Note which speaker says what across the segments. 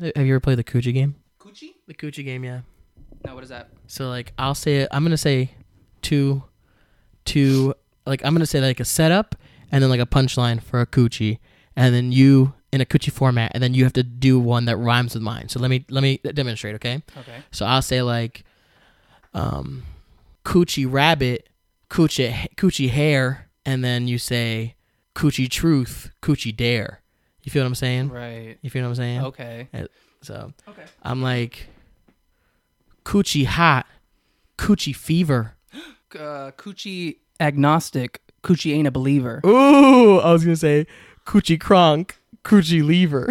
Speaker 1: Have you ever played the Coochie game?
Speaker 2: Coochie?
Speaker 1: The Coochie game, yeah.
Speaker 2: No, what is that?
Speaker 1: So like I'll say it. I'm gonna say two, two. Like I'm gonna say like a setup and then like a punchline for a coochie, and then you in a coochie format, and then you have to do one that rhymes with mine. So let me let me demonstrate, okay?
Speaker 2: Okay.
Speaker 1: So I'll say like, um, coochie rabbit, coochie coochie hair, and then you say coochie truth, coochie dare. You feel what I'm saying? Oh.
Speaker 2: Right.
Speaker 1: You feel what I'm saying?
Speaker 2: Okay.
Speaker 1: So
Speaker 2: Okay.
Speaker 1: I'm like, coochie hot, coochie fever.
Speaker 2: Uh, coochie agnostic. Coochie ain't a believer.
Speaker 1: Ooh, I was gonna say coochie cronk, coochie lever.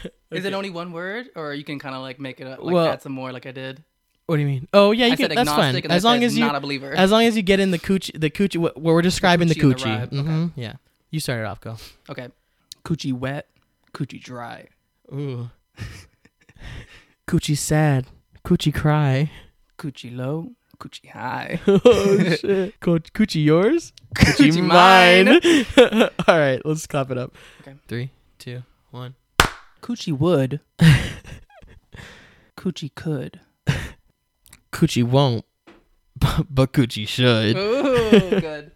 Speaker 2: Is it only one word, or you can kind of like make it up? Like
Speaker 1: Well-
Speaker 2: that's a more like I did.
Speaker 1: what do you mean? Oh yeah, you
Speaker 2: I
Speaker 1: can,
Speaker 2: said
Speaker 1: that's fine.
Speaker 2: agnostic, and
Speaker 1: As
Speaker 2: I
Speaker 1: long
Speaker 2: said
Speaker 1: as you,
Speaker 2: not a believer.
Speaker 1: as long as you get in the coochie, the coochie. What we're describing the
Speaker 2: coochie and
Speaker 1: coochie.
Speaker 2: the rhyme, okay.
Speaker 1: Mhm, Yeah, you started off. Go.
Speaker 2: okay. Coochie wet. Coochie dry.
Speaker 1: Ooh. coochie sad, coochie cry.
Speaker 2: Coochie low. Coochie high.
Speaker 1: oh shit. Co- coochie yours,
Speaker 2: Coochie mine.
Speaker 1: All right, let's clap it up.
Speaker 2: Okay.
Speaker 1: Three, two, one.
Speaker 2: Coochie would. Coochie could.
Speaker 1: Coochie won't, but coochie should.
Speaker 2: Ooh, good.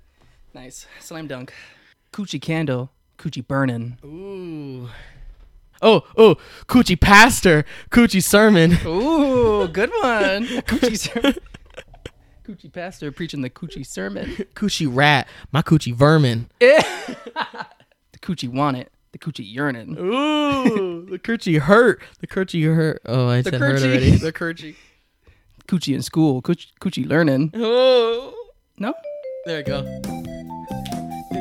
Speaker 2: Nice. Slam dunk. Coochie candle. Coochie burnin'.
Speaker 1: Ooh. Oh, oh, coochie pastor, coochie sermon.
Speaker 2: Ooh, good one. Coochie sermon. Coochie pastor preaching the coochie sermon.
Speaker 1: Coochie rat, my coochie vermin.
Speaker 2: The coochie want it. The coochie yearning.
Speaker 1: Ooh, the coochie hurt, the coochie hurt. Oh, I said hurt
Speaker 2: coochie.
Speaker 1: already. The coochie.
Speaker 2: Coochie in school. Coochie, coochie learning.
Speaker 1: Oh,
Speaker 2: No?
Speaker 1: there we go. I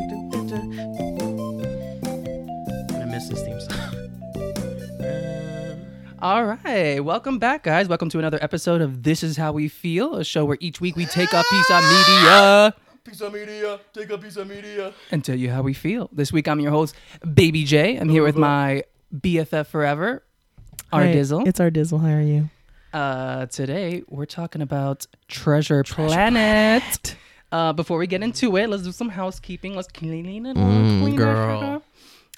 Speaker 1: miss this theme song. Uh,
Speaker 2: All right. Welcome back, guys. Welcome to another episode of This Is How We Feel, a show where each week we take a piece of media
Speaker 1: piece of media, take a piece of media.
Speaker 2: and tell you how we feel. This week I'm your host, Baby J. I'm here with my BFF forever, our Dizzle.
Speaker 1: It's our Dizzle. How are you?
Speaker 2: Uh, today we're talking about Treasure, Planet. Uh, before we get into it, let's do some housekeeping. Let's clean it up. clean it
Speaker 1: Mm, girl.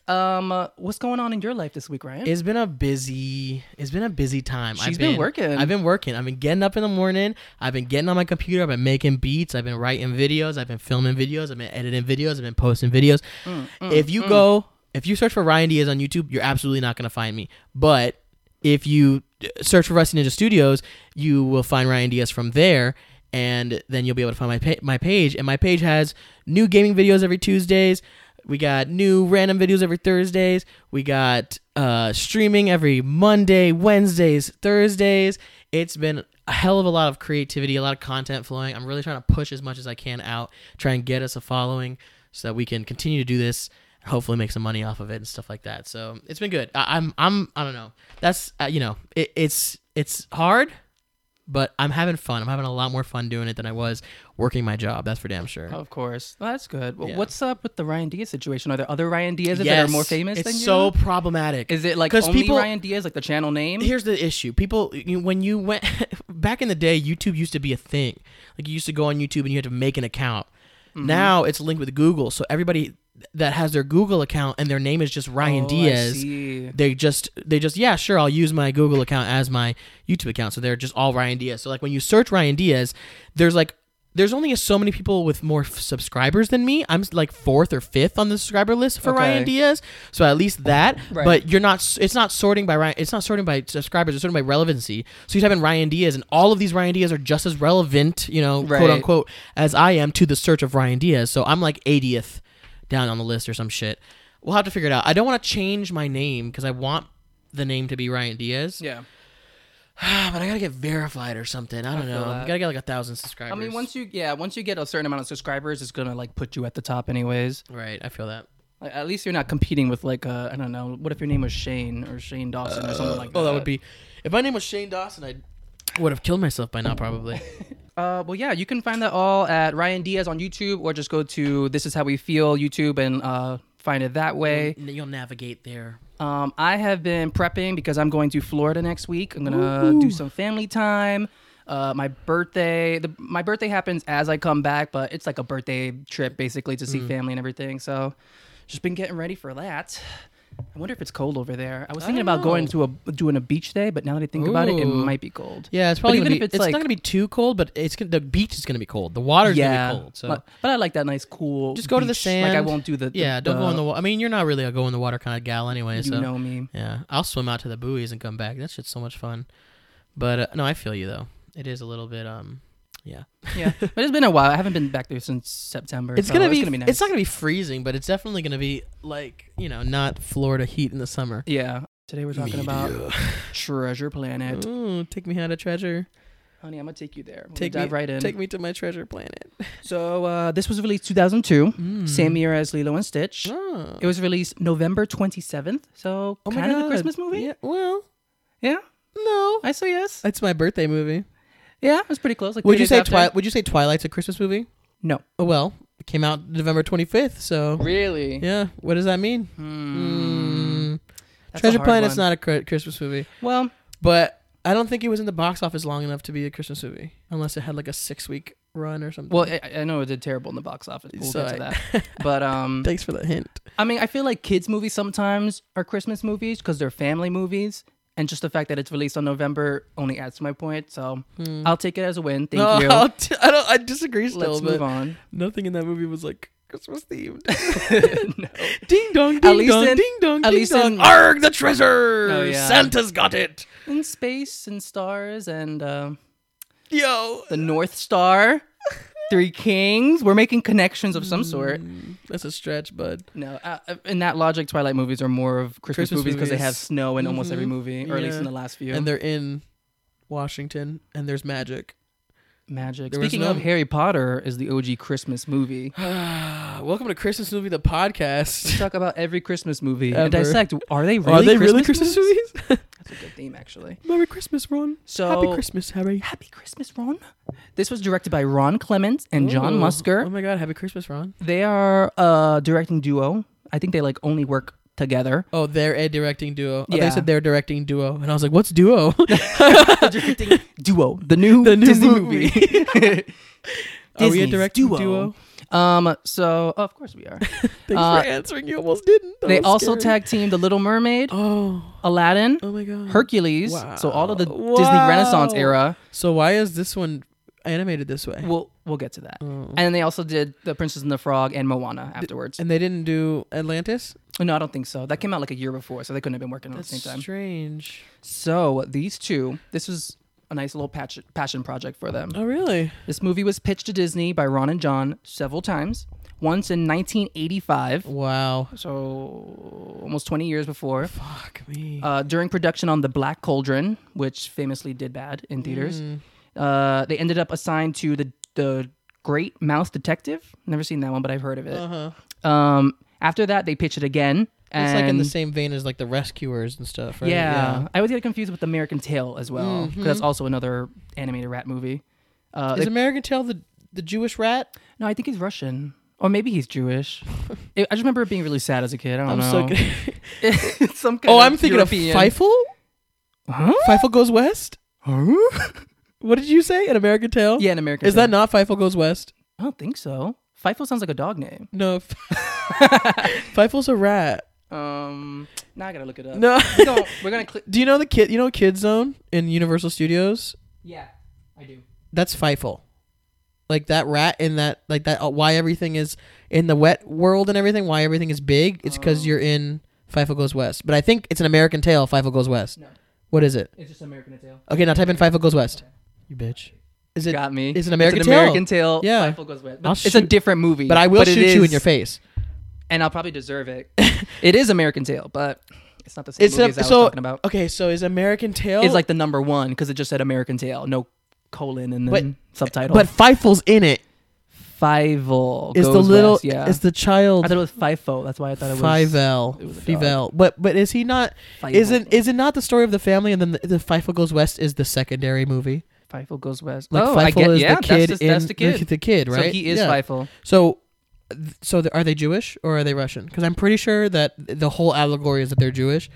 Speaker 2: up. Um, uh, what's going on in your life this week, Ryan?
Speaker 1: It's been a busy. It's been a busy time.
Speaker 2: She's been working.
Speaker 1: I've been working. I've been getting up in the morning. I've been getting on my computer. I've been making beats. I've been writing videos. I've been filming videos. I've been editing videos. I've been posting videos.
Speaker 2: Mm,
Speaker 1: if you go, if you search for Ryan Diaz on YouTube, you're absolutely not gonna find me. But if you uh, search for Rusty Ninja Studios, you will find Ryan Diaz from there. And then you'll be able to find my pa- my page, and my page has new gaming videos every Tuesdays. We got new random videos every Thursdays. We got uh, streaming every Monday, Wednesdays, Thursdays. It's been a hell of a lot of creativity, a lot of content flowing. I'm really trying to push as much as I can out, try and get us a following so that we can continue to do this and hopefully make some money off of it and stuff like that. So it's been good. I, I'm, I'm, I don't know. That's, uh, you know, it, it's, it's hard, but I'm having fun. I'm having a lot more fun doing it than I was working my job. That's for damn sure.
Speaker 2: of course, Well, that's good. Well,
Speaker 1: Yeah.
Speaker 2: What's up with the Ryan Diaz situation? Are there other Ryan Diazes that are more famous
Speaker 1: It's
Speaker 2: than you?
Speaker 1: so problematic.
Speaker 2: Is it like
Speaker 1: 'Cause
Speaker 2: only
Speaker 1: people-
Speaker 2: Ryan Diaz, like the channel name?
Speaker 1: Here's the issue. People, you- when you went back in the day, YouTube used to be a thing. Like you used to go on YouTube and you had to make an account.
Speaker 2: Mm-hmm.
Speaker 1: Now it's linked with Google, so everybody that has their Google account and their name is just Ryan
Speaker 2: Oh, I
Speaker 1: Diaz.
Speaker 2: see.
Speaker 1: They just, they just, yeah, sure, I'll use my Google account as my YouTube account. So they're just all Ryan Diaz. So like when you search Ryan Diaz, there's like, there's only so many people with more f- subscribers than me. I'm like fourth or fifth on the subscriber list for
Speaker 2: Okay.
Speaker 1: Ryan Diaz. So at least that.
Speaker 2: Right.
Speaker 1: But you're not. s- It's not sorting by Ryan. It's not sorting by subscribers. It's sorting by relevancy. So you type in Ryan Diaz, and all of these Ryan Diaz are just as relevant, you know,
Speaker 2: Right.
Speaker 1: quote unquote, as I am to the search of Ryan Diaz. So I'm like 80th down on the list or some shit. We'll have to figure it out. I don't want to change my name because I want the name to be Ryan Diaz.
Speaker 2: Yeah.
Speaker 1: but I gotta get verified or something. I don't know.
Speaker 2: that.
Speaker 1: Gotta get like a thousand subscribers.
Speaker 2: I mean, once you yeah, once you get a certain amount of subscribers, it's gonna like put you at the top, anyways.
Speaker 1: right, I feel that.
Speaker 2: Like, at least you're not competing with like uh, I don't know. What if your name was Shane or Shane Dawson or something like that?
Speaker 1: Oh, that would be. If my name was Shane Dawson, I would have killed myself by now, probably.
Speaker 2: Uh, well, yeah, you can find that all at Ryan Diaz on YouTube, or just go to This Is How We Feel YouTube and uh, find it that way.
Speaker 1: N- You'll navigate there.
Speaker 2: Um, I have been prepping because I'm going to Florida next week. I'm gonna do some family time. Uh, my birthday, the, my birthday happens as I come back, but it's like
Speaker 1: Mm.
Speaker 2: a birthday trip basically to see family and everything. So, just been getting ready for that. I wonder if it's cold over there. I was thinking about going to a doing a beach day, but now that I think about it, it
Speaker 1: Ooh.
Speaker 2: might be cold.
Speaker 1: Yeah, it's probably
Speaker 2: even
Speaker 1: gonna
Speaker 2: if
Speaker 1: be,
Speaker 2: it's
Speaker 1: it's,
Speaker 2: like-
Speaker 1: not gonna be too cold, but it's gonna, the beach is gonna be cold. The water's gonna be cold. So
Speaker 2: but, but I like that nice cool.
Speaker 1: Just go to the
Speaker 2: beach. Like I
Speaker 1: sand.
Speaker 2: won't do the, the-
Speaker 1: yeah, don't go in the.
Speaker 2: You
Speaker 1: Wa- I mean, you're not really a go in the water kind of gal anyway. so
Speaker 2: know me.
Speaker 1: yeah, I'll swim out to the buoys and come back. That shit's so much fun. But uh, no, I feel you though. It is a little bit um. Yeah,
Speaker 2: Yeah, but it's been a while. I haven't been back there since September.
Speaker 1: it's
Speaker 2: so
Speaker 1: gonna be.
Speaker 2: Oh, It's gonna be nice.
Speaker 1: It's not gonna be freezing, but it's definitely gonna be like you know not Florida heat in the summer.
Speaker 2: yeah. Today we're talking about Treasure Planet.
Speaker 1: Ooh, take me out of treasure.
Speaker 2: Honey, I'm gonna take you there. We're gonna
Speaker 1: Take
Speaker 2: dive
Speaker 1: me
Speaker 2: right in.
Speaker 1: Take me to my treasure planet.
Speaker 2: So uh, this was released 2002,
Speaker 1: Mm.
Speaker 2: same year as Lilo and Stitch.
Speaker 1: Oh.
Speaker 2: It was released November 27th, so
Speaker 1: Oh my
Speaker 2: kind of a
Speaker 1: God.
Speaker 2: Christmas movie.
Speaker 1: Yeah. Well,
Speaker 2: Yeah,
Speaker 1: no.
Speaker 2: I say yes.
Speaker 1: It's my birthday movie.
Speaker 2: Yeah, it was pretty close. Like
Speaker 1: Would
Speaker 2: three
Speaker 1: you
Speaker 2: days
Speaker 1: say
Speaker 2: after.
Speaker 1: Twilight? Would you say Twilight's a Christmas movie?
Speaker 2: No,
Speaker 1: Oh well, it came out November twenty fifth. So
Speaker 2: really.
Speaker 1: yeah, what does that mean? Mm.
Speaker 2: That's a
Speaker 1: Treasure
Speaker 2: hard
Speaker 1: Planet's
Speaker 2: one.
Speaker 1: not a cri- Christmas movie,
Speaker 2: Hmm. Well,
Speaker 1: but I don't think it was in the box office long enough to be a Christmas movie, unless it had like a six week run or something.
Speaker 2: well, I, I know it did terrible in the box office. but We'll
Speaker 1: So
Speaker 2: get to
Speaker 1: I-
Speaker 2: that. But um,
Speaker 1: thanks for the hint.
Speaker 2: I mean, I feel like kids' movies sometimes are Christmas movies because they're family movies, and just the fact that it's released on November only adds to my point. So I'll take it as a win. Mm. Thank
Speaker 1: No,
Speaker 2: you.
Speaker 1: Mm-hmm. Uh, Oh, I'll t- I don't. I disagree still,
Speaker 2: Let's
Speaker 1: but
Speaker 2: move on.
Speaker 1: nothing in that movie was like Christmas themed. Ding dong,
Speaker 2: At
Speaker 1: ding
Speaker 2: least
Speaker 1: dong,
Speaker 2: in-
Speaker 1: ding dong,
Speaker 2: at
Speaker 1: ding
Speaker 2: least
Speaker 1: dong.
Speaker 2: in-
Speaker 1: Arg, the treasure!
Speaker 2: Oh, yeah.
Speaker 1: Santa's got it.
Speaker 2: In space and stars and uh,
Speaker 1: Yo,
Speaker 2: the North Star, Three Kings. We're making connections of
Speaker 1: Mm.
Speaker 2: some sort.
Speaker 1: that's a stretch, bud.
Speaker 2: No, uh, in that logic, Twilight movies are more of Christmas,
Speaker 1: Christmas
Speaker 2: movies because they
Speaker 1: movies.
Speaker 2: have snow in almost every
Speaker 1: Mhm.
Speaker 2: movie, or at least
Speaker 1: Yeah.
Speaker 2: in the last few.
Speaker 1: And they're in Washington, and there's magic.
Speaker 2: Magic.
Speaker 1: There was
Speaker 2: Speaking of,
Speaker 1: none.
Speaker 2: Harry Potter is the OG Christmas movie.
Speaker 1: Welcome to Christmas movie, the
Speaker 2: We
Speaker 1: podcast.
Speaker 2: talk about every Christmas movie
Speaker 1: Ever.
Speaker 2: and dissect. Are they really?
Speaker 1: Are they really Christmas
Speaker 2: movies?
Speaker 1: movies?
Speaker 2: That's a good theme, actually.
Speaker 1: Merry Christmas, Ron.
Speaker 2: So
Speaker 1: Happy Christmas, Harry.
Speaker 2: Happy Christmas, Ron. This was directed by Ron Clements and John
Speaker 1: Ooh.
Speaker 2: Musker.
Speaker 1: Oh my God, Happy Christmas, Ron.
Speaker 2: They are a directing duo. I think they like only work together.
Speaker 1: Oh, they're a directing duo. Oh,
Speaker 2: Yeah.
Speaker 1: They said they're directing duo, and I was like, "What's duo?"
Speaker 2: directing duo, the new
Speaker 1: The new
Speaker 2: Disney movie.
Speaker 1: movie. Are we a
Speaker 2: Disney's
Speaker 1: directing duo?
Speaker 2: Um. So of course we are.
Speaker 1: Thanks
Speaker 2: Uh,
Speaker 1: for answering. You almost didn't. That
Speaker 2: they
Speaker 1: was
Speaker 2: also
Speaker 1: scary.
Speaker 2: tag teamed The Little Mermaid,
Speaker 1: Oh,
Speaker 2: Aladdin,
Speaker 1: oh my God.
Speaker 2: Hercules. So all of the
Speaker 1: Wow.
Speaker 2: Disney Renaissance era.
Speaker 1: So why is this one animated this way?
Speaker 2: We'll we'll get to that.
Speaker 1: Oh.
Speaker 2: And they also did The Princess and the Frog and Moana afterwards.
Speaker 1: And they didn't do Atlantis.
Speaker 2: no, I don't think so. That came out like a year before, so they couldn't have been working at the
Speaker 1: That's
Speaker 2: same time.
Speaker 1: strange.
Speaker 2: So these two, this was a nice little patch, passion project for them.
Speaker 1: Oh really?
Speaker 2: This movie was pitched to Disney by Ron and John several times. Once in 1985,
Speaker 1: Wow.
Speaker 2: so almost 20 years before,
Speaker 1: Fuck me.
Speaker 2: uh, during production on The Black Cauldron, which famously did bad in theaters.
Speaker 1: Mm.
Speaker 2: Uh, they ended up assigned to the the Great Mouse Detective. Never seen that one, but I've heard of it.
Speaker 1: Uh huh.
Speaker 2: Um, after that, they pitched it again. And
Speaker 1: It's like in the same vein as like the rescuers and stuff, right?
Speaker 2: yeah, Mm-hmm. I always get confused with American Tail as well, 'cause that's also another animated rat movie. Uh,
Speaker 1: Yeah. Is American Tail the the Jewish rat?
Speaker 2: no, I think he's Russian, or maybe he's Jewish. It- I just remember it being really sad as a kid. I don't
Speaker 1: I'm
Speaker 2: know.
Speaker 1: so good.
Speaker 2: It's some kind
Speaker 1: oh,
Speaker 2: of
Speaker 1: I'm thinking
Speaker 2: European-
Speaker 1: of Feifel.
Speaker 2: Huh?
Speaker 1: Feifel goes west. What did you say? An American Tail?
Speaker 2: Yeah, an American.
Speaker 1: Is
Speaker 2: Tail.
Speaker 1: that not Feifel goes west?
Speaker 2: I don't think so. Feifel sounds like a dog name.
Speaker 1: No. Feifel's a rat.
Speaker 2: Um, now I gotta look it up.
Speaker 1: No.
Speaker 2: no, we're gonna click.
Speaker 1: Do you know the kid? You know Kid Zone in Universal Studios?
Speaker 2: Yeah, I do.
Speaker 1: That's Feifel. Like that rat in that like that. uh, why everything is in the wet world and everything. Why everything is big? It's because you're in Feifel Goes West. But I think it's an American Tale. Feifel Goes West.
Speaker 2: No.
Speaker 1: What is it?
Speaker 2: It's just American Tail.
Speaker 1: Okay, now type in Feifel Goes West. You bitch. Is it?
Speaker 2: Got me.
Speaker 1: It's an American
Speaker 2: it's
Speaker 1: Tail.
Speaker 2: American Tail.
Speaker 1: Yeah.
Speaker 2: Feifel goes with.
Speaker 1: I'll
Speaker 2: But it's a
Speaker 1: shoot-
Speaker 2: different movie.
Speaker 1: But I will
Speaker 2: it
Speaker 1: shoot you in
Speaker 2: is-
Speaker 1: your face.
Speaker 2: and I'll probably deserve it. it is American Tail, but it's not the same
Speaker 1: It's
Speaker 2: movie
Speaker 1: an,
Speaker 2: as I was
Speaker 1: so
Speaker 2: talking about.
Speaker 1: okay. So is American Tail?
Speaker 2: It's like the number one because it just said American Tail, no colon and then subtitle.
Speaker 1: but Feifel's in it.
Speaker 2: Fievel
Speaker 1: It's the
Speaker 2: goes
Speaker 1: little.
Speaker 2: west, yeah.
Speaker 1: It's the
Speaker 2: I
Speaker 1: child.
Speaker 2: thought it was FIFO. That's why I thought it was
Speaker 1: Fivel.
Speaker 2: it was a dog.
Speaker 1: Fivel. But but is he not?
Speaker 2: Fievel.
Speaker 1: Is it is it not the story of the family and then the, the Feifel goes west is the secondary movie?
Speaker 2: Fievel goes west.
Speaker 1: Like
Speaker 2: oh,
Speaker 1: Feifel
Speaker 2: I get,
Speaker 1: is
Speaker 2: yeah,
Speaker 1: the kid
Speaker 2: That's, the-
Speaker 1: in
Speaker 2: that's the kid.
Speaker 1: The, kid, right?
Speaker 2: So he is
Speaker 1: yeah.
Speaker 2: Fievel.
Speaker 1: So th- so th- are they Jewish or are they Russian? Because I'm pretty sure that the whole allegory is that they're Jewish,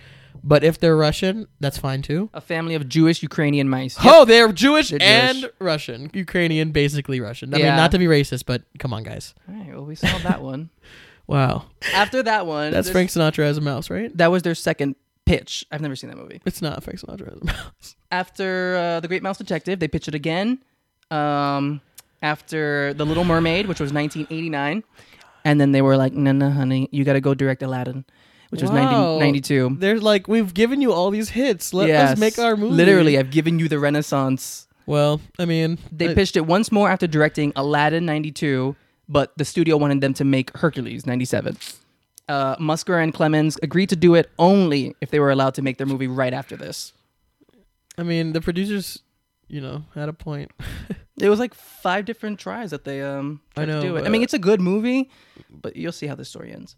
Speaker 1: but if they're Russian, that's fine too.
Speaker 2: A family of Jewish Ukrainian mice.
Speaker 1: Oh, they're Jewish
Speaker 2: They're
Speaker 1: and
Speaker 2: Jewish.
Speaker 1: Russian, Ukrainian, basically Russian. I
Speaker 2: Yeah.
Speaker 1: mean, not to be racist, but come on, guys.
Speaker 2: All right, well, we solved that one.
Speaker 1: Wow.
Speaker 2: After that one,
Speaker 1: That's
Speaker 2: this-
Speaker 1: Frank Sinatra as a mouse, right?
Speaker 2: That was their second pitch. I've never seen that movie.
Speaker 1: It's not Frank Sinatra as a mouse.
Speaker 2: After uh, The Great Mouse Detective, they pitched it again. Um, after The Little Mermaid, which was 1989, and then they were like, "No, no, honey, you got to go direct Aladdin," which was
Speaker 1: Wow.
Speaker 2: 1992.
Speaker 1: They're like, we've given you all these hits. Let us
Speaker 2: Yes.
Speaker 1: make our movie.
Speaker 2: Literally, I've given you the Renaissance.
Speaker 1: Well, I mean,
Speaker 2: They
Speaker 1: I-
Speaker 2: pitched it once more after directing Aladdin 92, but the studio wanted them to make Hercules 97. Uh, Musker and Clemens agreed to do it only if they were allowed to make their movie right after this.
Speaker 1: I mean, the producers, you know, had a point.
Speaker 2: It was like five different tries that they um
Speaker 1: I
Speaker 2: tried
Speaker 1: know,
Speaker 2: to do it. I
Speaker 1: but-
Speaker 2: mean, it's a good movie, but you'll see how this story ends.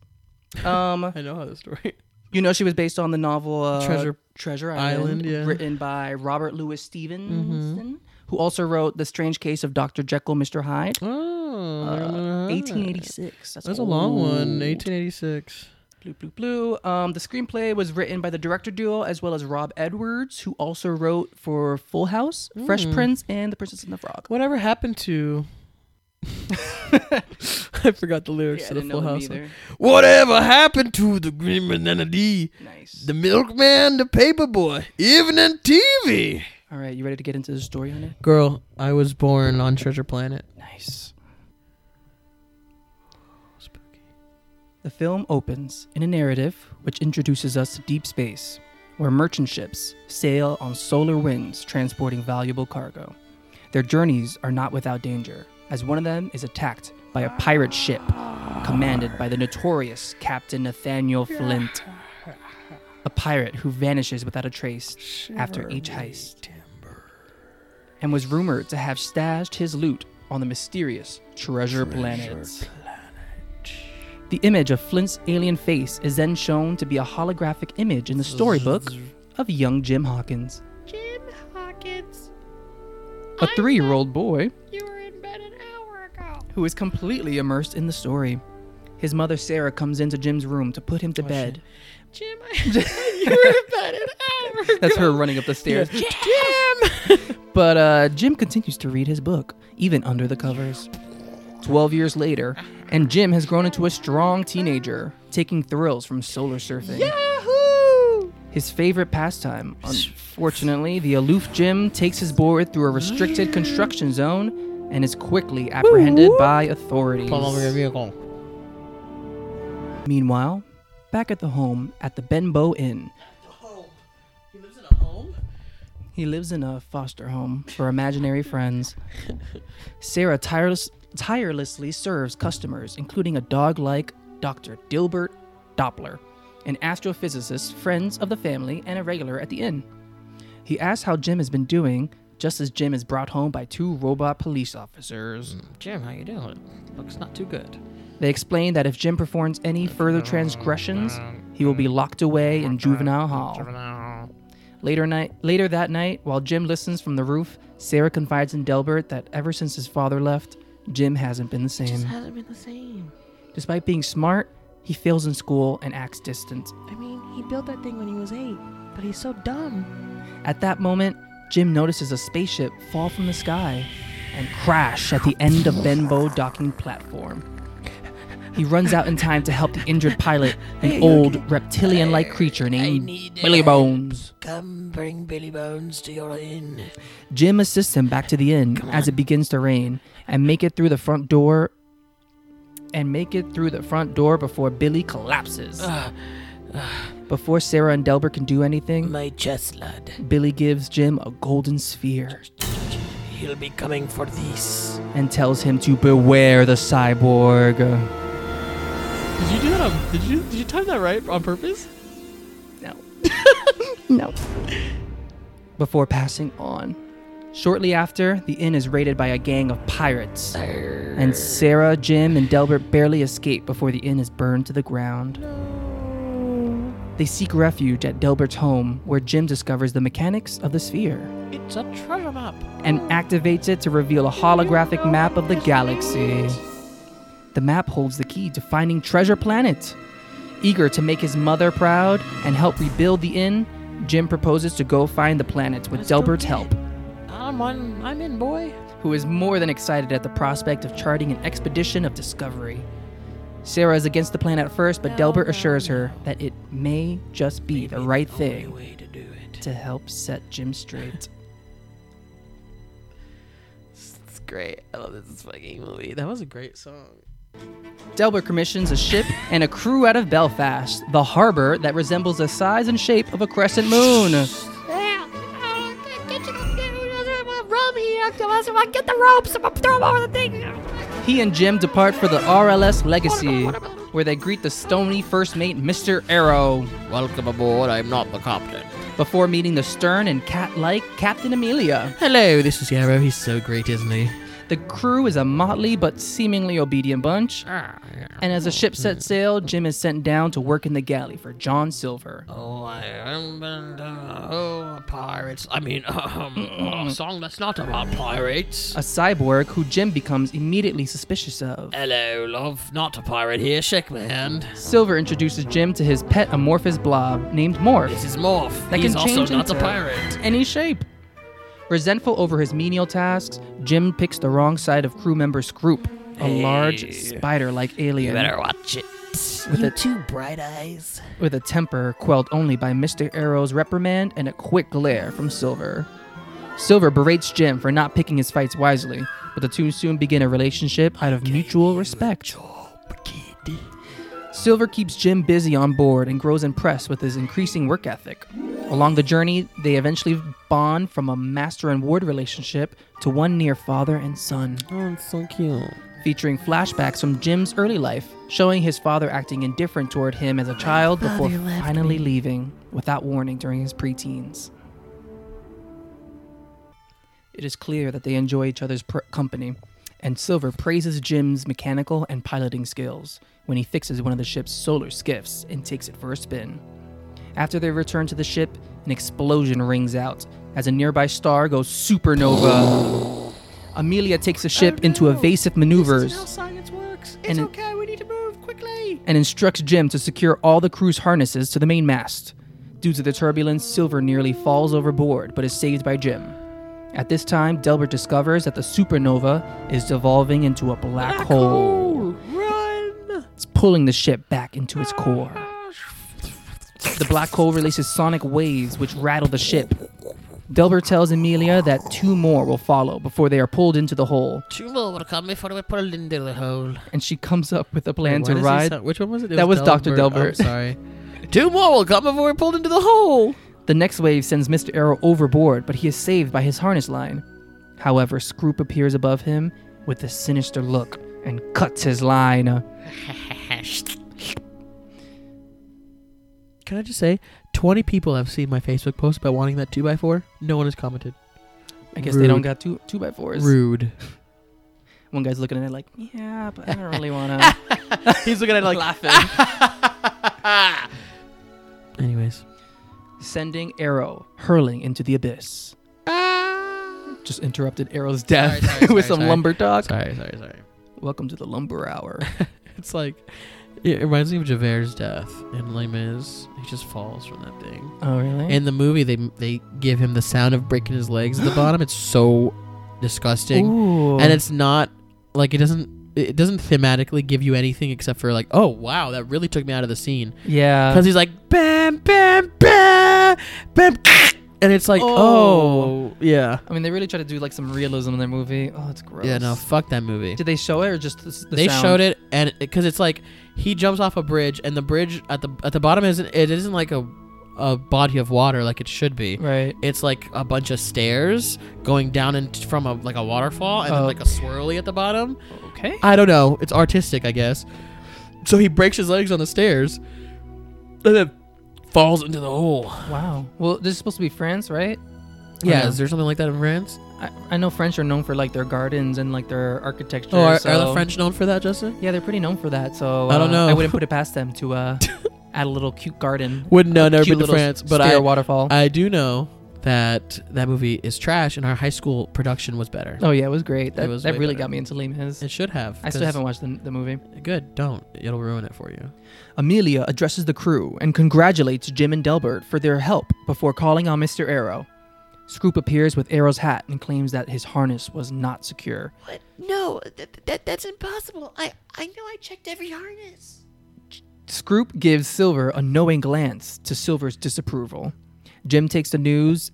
Speaker 2: Um,
Speaker 1: I know how the story.
Speaker 2: you know, she was based on the novel uh,
Speaker 1: Treasure-
Speaker 2: Treasure
Speaker 1: Island,
Speaker 2: Island,
Speaker 1: yeah. Mm-hmm.
Speaker 2: written by Robert Louis Stevenson, who also wrote The Strange Case of Dr. Jekyll, Mr. Hyde.
Speaker 1: Oh,
Speaker 2: Uh,
Speaker 1: alright.
Speaker 2: 1886. That's,
Speaker 1: That's a long one.
Speaker 2: old.
Speaker 1: 1886.
Speaker 2: Blue, blue, blue. Um, the screenplay was written by the director duo as well as Rob Edwards, who also wrote for Full House, Fresh
Speaker 1: Mm.
Speaker 2: Prince, and The Princess and the Frog.
Speaker 1: Whatever happened to? I forgot the lyrics to the Full House. song. Whatever happened to the Green Banana D,
Speaker 2: Nice.
Speaker 1: the Milkman, the Paperboy, even in TV?
Speaker 2: All right, you ready to get into the story, honey?
Speaker 1: Girl, I was born on Treasure Planet.
Speaker 2: Nice. The film opens in a narrative which introduces us to deep space, where merchant ships sail on solar winds transporting valuable cargo. Their journeys are not without danger, as one of them is attacked by a pirate ship commanded by the notorious Captain Nathaniel Flint, a pirate who vanishes without a trace after each heist and was rumored to have stashed his loot on the mysterious treasure, planet. The image of Flint's alien face is then shown to be a holographic image in the storybook of young Jim Hawkins,
Speaker 3: Jim Hawkins,
Speaker 2: a three year old boy
Speaker 3: you were in bed an hour ago.
Speaker 2: who is completely immersed in the story. His mother Sarah comes into Jim's room to put him to bed.
Speaker 3: Jim, I, you were in bed an hour ago.
Speaker 2: That's her running up the stairs.
Speaker 1: Jim!
Speaker 2: But uh, Jim continues to read his book, even under the covers. Twelve years later, and Jim has grown into a strong teenager, taking thrills from solar surfing.
Speaker 1: Yahoo!
Speaker 2: His favorite pastime. Unfortunately, the aloof Jim takes his board through a restricted construction zone and is quickly apprehended by authorities.
Speaker 1: Pull over your vehicle.
Speaker 2: Meanwhile, back at the home at the Benbow Inn,
Speaker 1: He lives in a home?
Speaker 2: He lives in a foster home for imaginary friends. Sarah tireless, tirelessly serves customers, including a dog like Dr. Dilbert Doppler, an astrophysicist, friends of the family, and a regular at the inn. He asks how Jim has been doing, just as Jim is brought home by two robot police officers.
Speaker 1: Jim, how you doing? Looks not too good.
Speaker 2: They explain that if Jim performs any further transgressions, he will be locked away in juvenile hall. Later night, later that night, while Jim listens from the roof, Sarah confides in Delbert that ever since his father left, Jim hasn't been the same.
Speaker 3: Hasn't been the same.
Speaker 2: Despite being smart, he fails in school and acts distant.
Speaker 3: I mean, he built that thing when he was eight, but he's so dumb.
Speaker 2: At that moment, Jim notices a spaceship fall from the sky and crash at the end of Benbow docking platform. He runs out in time to help the injured pilot, an old reptilian-like creature named Billy Bones.
Speaker 1: uh, Come bring Billy Bones to your inn.
Speaker 2: Jim assists him back to the inn as it begins to rain and make it through the front door and make it through the front door before Billy collapses.
Speaker 1: Uh,
Speaker 2: before Sarah and Delbert can do anything,
Speaker 4: My chest, lad.
Speaker 2: Billy gives Jim a golden sphere
Speaker 4: He'll be coming for this.
Speaker 2: and tells him to beware the cyborg.
Speaker 1: Did you do that on, did you did you time that right on purpose?
Speaker 2: No. no. Before passing on. Shortly after, the inn is raided by a gang of pirates. And Sarah, Jim, and Delbert barely escape before the inn is burned to the ground. They seek refuge at Delbert's home, where Jim discovers the mechanics of the sphere
Speaker 1: It's a treasure map.
Speaker 2: and activates it to reveal a holographic map of the galaxy. The map holds the key to finding Treasure Planet. Eager to make his mother proud and help rebuild the inn, Jim proposes to go find the planet with Delbert's help,
Speaker 1: I'm on I'm in, boy.
Speaker 2: who is more than excited at the prospect of charting an expedition of discovery. Sarah is against the plan at first, but
Speaker 3: No,
Speaker 2: Delbert
Speaker 3: no,
Speaker 2: assures her that it may just be the right
Speaker 4: Only
Speaker 2: thing
Speaker 4: way to do it.
Speaker 2: to help set Jim straight.
Speaker 1: It's great. I love this fucking movie. That was a great song.
Speaker 2: Delbert commissions a ship and a crew out of Belfast, the harbor that resembles the size and shape of a crescent moon.
Speaker 5: Get you- Rum here. Get the ropes. Throw them over the thing.
Speaker 2: He and Jim depart for the RLS Legacy, where they greet the stony first mate, Mr. Arrow,
Speaker 1: Welcome aboard. I'm not the captain.
Speaker 2: before meeting the stern and cat like Captain Amelia.
Speaker 1: Hello, this is Yarrow. He's so great, isn't he?
Speaker 2: The crew is a motley but seemingly obedient bunch,
Speaker 4: Ah,
Speaker 2: and as the ship sets sail, Jim is sent down to work in the galley for John Silver.
Speaker 4: Oh, I am and uh, oh, pirates. I mean, um, a song that's not about pirates.
Speaker 1: Uh,
Speaker 2: A cyborg who Jim becomes immediately suspicious of.
Speaker 4: Hello, love. Not a pirate here. Shake my hand.
Speaker 2: Silver introduces Jim to his pet amorphous blob named
Speaker 4: This
Speaker 2: Morph,
Speaker 4: is Morph.
Speaker 2: That
Speaker 4: He's
Speaker 2: can
Speaker 4: also
Speaker 2: change
Speaker 4: not a
Speaker 2: into-
Speaker 4: pirate.
Speaker 2: any shape. Resentful over his menial tasks, Jim picks the wrong side of crew member Scroop, a large spider like alien
Speaker 4: watch it.
Speaker 2: with a,
Speaker 4: Two bright eyes.
Speaker 2: with a temper quelled only by Mr. Arrow's reprimand and a quick glare from Silver. Silver berates Jim for not picking his fights wisely, but the two soon begin a relationship out of mutual respect. Silver keeps Jim busy on board and grows impressed with his increasing work ethic. Along the journey, they eventually bond from a master and ward relationship to one near father and son,
Speaker 1: Oh, it's so cute.
Speaker 2: featuring flashbacks from Jim's early life, showing his father acting indifferent toward him as a child before finally leaving without warning during his preteens. It is clear that they enjoy each other's pr- company, and Silver praises Jim's mechanical and piloting skills when he fixes one of the ship's solar skiffs and takes it for a spin. After they return to the ship, an explosion rings out as a nearby star goes supernova. Amelia takes the ship into evasive maneuvers
Speaker 1: science works.
Speaker 2: It's And-
Speaker 1: okay. We need to move quickly.
Speaker 2: and instructs Jim to secure all the crew's harnesses to the mainmast. Due to the turbulence, Silver nearly falls overboard but is saved by Jim. At this time, Delbert discovers that the supernova is devolving into a black, hole.
Speaker 1: Run. Ah,
Speaker 2: It's pulling the ship back into its core. The black hole releases sonic waves which rattle the ship. Delbert tells Amelia that two more will follow before they are pulled into the hole,
Speaker 4: Two more will come before we put it into the hole.
Speaker 2: and she comes up with a plan
Speaker 1: Why
Speaker 2: to
Speaker 1: does he
Speaker 2: ride
Speaker 1: sound- which one was it? It
Speaker 2: That was Dr. Delbert.
Speaker 1: I'm sorry. Two more will come before we're pulled into the hole.
Speaker 2: The next wave sends Mr. Arrow overboard, but he is saved by his harness line. However, Scroop appears above him with a sinister look and cuts his line.
Speaker 1: Can I just say, 20 people have seen my Facebook post about wanting that 2x4. No one has commented.
Speaker 2: I guess they don't
Speaker 1: Rude.
Speaker 2: got two two by fours.
Speaker 1: Rude.
Speaker 2: One guy's looking at it like, yeah, but I don't really wanna.
Speaker 1: He's looking at it like laughing. Anyways.
Speaker 2: Sending Arrow hurling into the abyss.
Speaker 1: Ah.
Speaker 2: Just interrupted Arrow's death
Speaker 1: Sorry, sorry,
Speaker 2: with
Speaker 1: sorry,
Speaker 2: some
Speaker 1: sorry.
Speaker 2: lumber talk.
Speaker 1: Sorry, sorry, sorry.
Speaker 2: Welcome to the lumber hour.
Speaker 1: It's like, it reminds me of Javert's death in Les Mis. He just falls from that thing.
Speaker 2: oh really?
Speaker 1: In the movie, they they give him the sound of breaking his legs at the bottom. It's so disgusting,
Speaker 2: Ooh.
Speaker 1: and it's not like it doesn't it doesn't thematically give you anything except for like, oh wow, that really took me out of the scene
Speaker 2: yeah.
Speaker 1: because he's like bam bam bam bam, and it's like
Speaker 2: Oh.
Speaker 1: oh, yeah
Speaker 2: I mean, they really try to do like some realism in their movie. Oh, it's gross.
Speaker 1: yeah no fuck that movie.
Speaker 2: Did they show it or just the, the
Speaker 1: they
Speaker 2: sound?
Speaker 1: showed it and because it's like he jumps off a bridge and the bridge at the at the bottom isn't it isn't like a a body of water like it should be.
Speaker 2: Right.
Speaker 1: it's like a bunch of stairs going down and from a like a waterfall and
Speaker 2: Oh.
Speaker 1: then like a swirly at the bottom.
Speaker 2: Okay.
Speaker 1: I don't know. It's artistic, I guess. So he breaks his legs on the stairs, and then falls into the hole.
Speaker 2: Wow. Well, this is supposed to be France, right?
Speaker 1: Yeah,
Speaker 2: no?
Speaker 1: is there something like that in France?
Speaker 2: I, I know French are known for like their gardens and like their architecture.
Speaker 1: Oh, are, are
Speaker 2: so-
Speaker 1: the French known for that, Justin?
Speaker 2: Yeah, they're pretty known for that. So
Speaker 1: I don't
Speaker 2: uh,
Speaker 1: know.
Speaker 2: I wouldn't put it past them to uh, add a little cute garden.
Speaker 1: Wouldn't know. Never
Speaker 2: cute
Speaker 1: been to
Speaker 2: little
Speaker 1: France, but
Speaker 2: stair
Speaker 1: I
Speaker 2: waterfall.
Speaker 1: I do know that that movie is trash, and our high school production was better.
Speaker 2: oh yeah, it was great. That,
Speaker 1: was
Speaker 2: that
Speaker 1: way
Speaker 2: really
Speaker 1: better.
Speaker 2: got me into Les Mis.
Speaker 1: It should have.
Speaker 2: I still
Speaker 1: 'cause-
Speaker 2: haven't watched the, the movie.
Speaker 1: Good. Don't. It'll ruin it for you.
Speaker 2: Amelia addresses the crew and congratulates Jim and Delbert for their help before calling on Mr. Arrow. Scroop appears with Arrow's hat and claims that his harness was not secure.
Speaker 5: What? No, that, that that's impossible. I I know I checked every harness.
Speaker 2: Scroop gives Silver a knowing glance to Silver's disapproval. Jim takes the news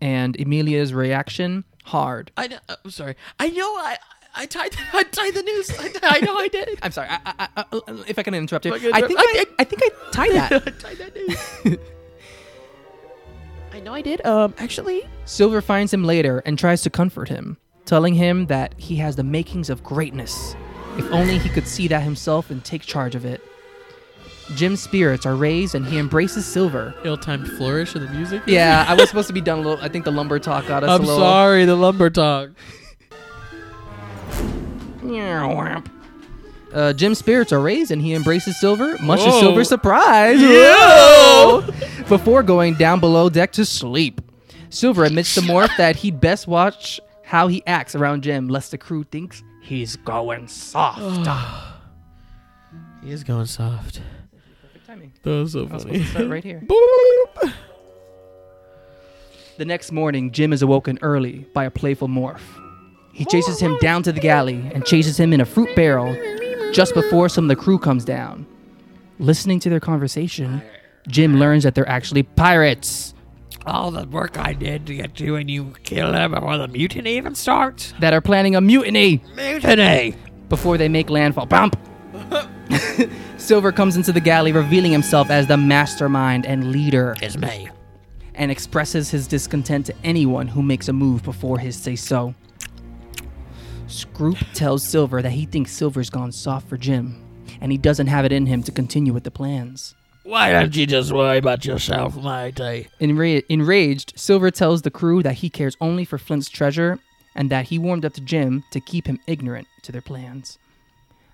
Speaker 2: and Emilia's reaction hard.
Speaker 1: I know, I'm sorry. I know. I I tied I tied the news. I, I know I did.
Speaker 2: I'm sorry, I, I, I, if I can interrupt you.
Speaker 1: If I can
Speaker 2: I think I,
Speaker 1: interrupt-
Speaker 2: I think I tied
Speaker 1: I
Speaker 2: that.
Speaker 1: tied that news.
Speaker 3: I know I did. Um, actually,
Speaker 2: Silver finds him later and tries to comfort him, telling him that he has the makings of greatness. If only he could see that himself and take charge of it. Jim's spirits are raised and he embraces Silver.
Speaker 1: Ill-timed flourish of the music.
Speaker 2: Yeah, I was supposed to be done a little. I think the lumber talk got us
Speaker 1: I'm
Speaker 2: a little.
Speaker 1: sorry. The lumber talk.
Speaker 2: Uh, Jim's spirits are raised and he embraces Silver, much to
Speaker 1: Whoa.
Speaker 2: Silver's surprise. Before going down below deck to sleep, Silver admits to Morph that he'd best watch how he acts around Jim, lest the crew thinks he's going soft.
Speaker 1: He is going soft.
Speaker 2: Timing.
Speaker 1: That was so
Speaker 2: I was supposed
Speaker 1: funny.
Speaker 2: to start right here.
Speaker 1: Boop.
Speaker 2: The next morning, Jim is awoken early by a playful morph. He chases him down to the galley and chases him in a fruit barrel just before some of the crew comes down. Listening to their conversation, Jim learns that they're actually pirates.
Speaker 4: All the work I did to get you and you kill him before the mutiny even starts?
Speaker 2: that are planning a mutiny
Speaker 4: Mutiny!
Speaker 2: before they make landfall. Bump! Silver comes into the galley, revealing himself as the mastermind and leader,
Speaker 4: It's me.
Speaker 2: and expresses his discontent to anyone who makes a move before his say so. Scroop tells Silver that he thinks Silver's gone soft for Jim, and he doesn't have it in him to continue with the plans.
Speaker 4: Why don't you just worry about yourself, matey?
Speaker 2: Enra- enraged, Silver tells the crew that he cares only for Flint's treasure and that he warmed up to Jim to keep him ignorant to their plans.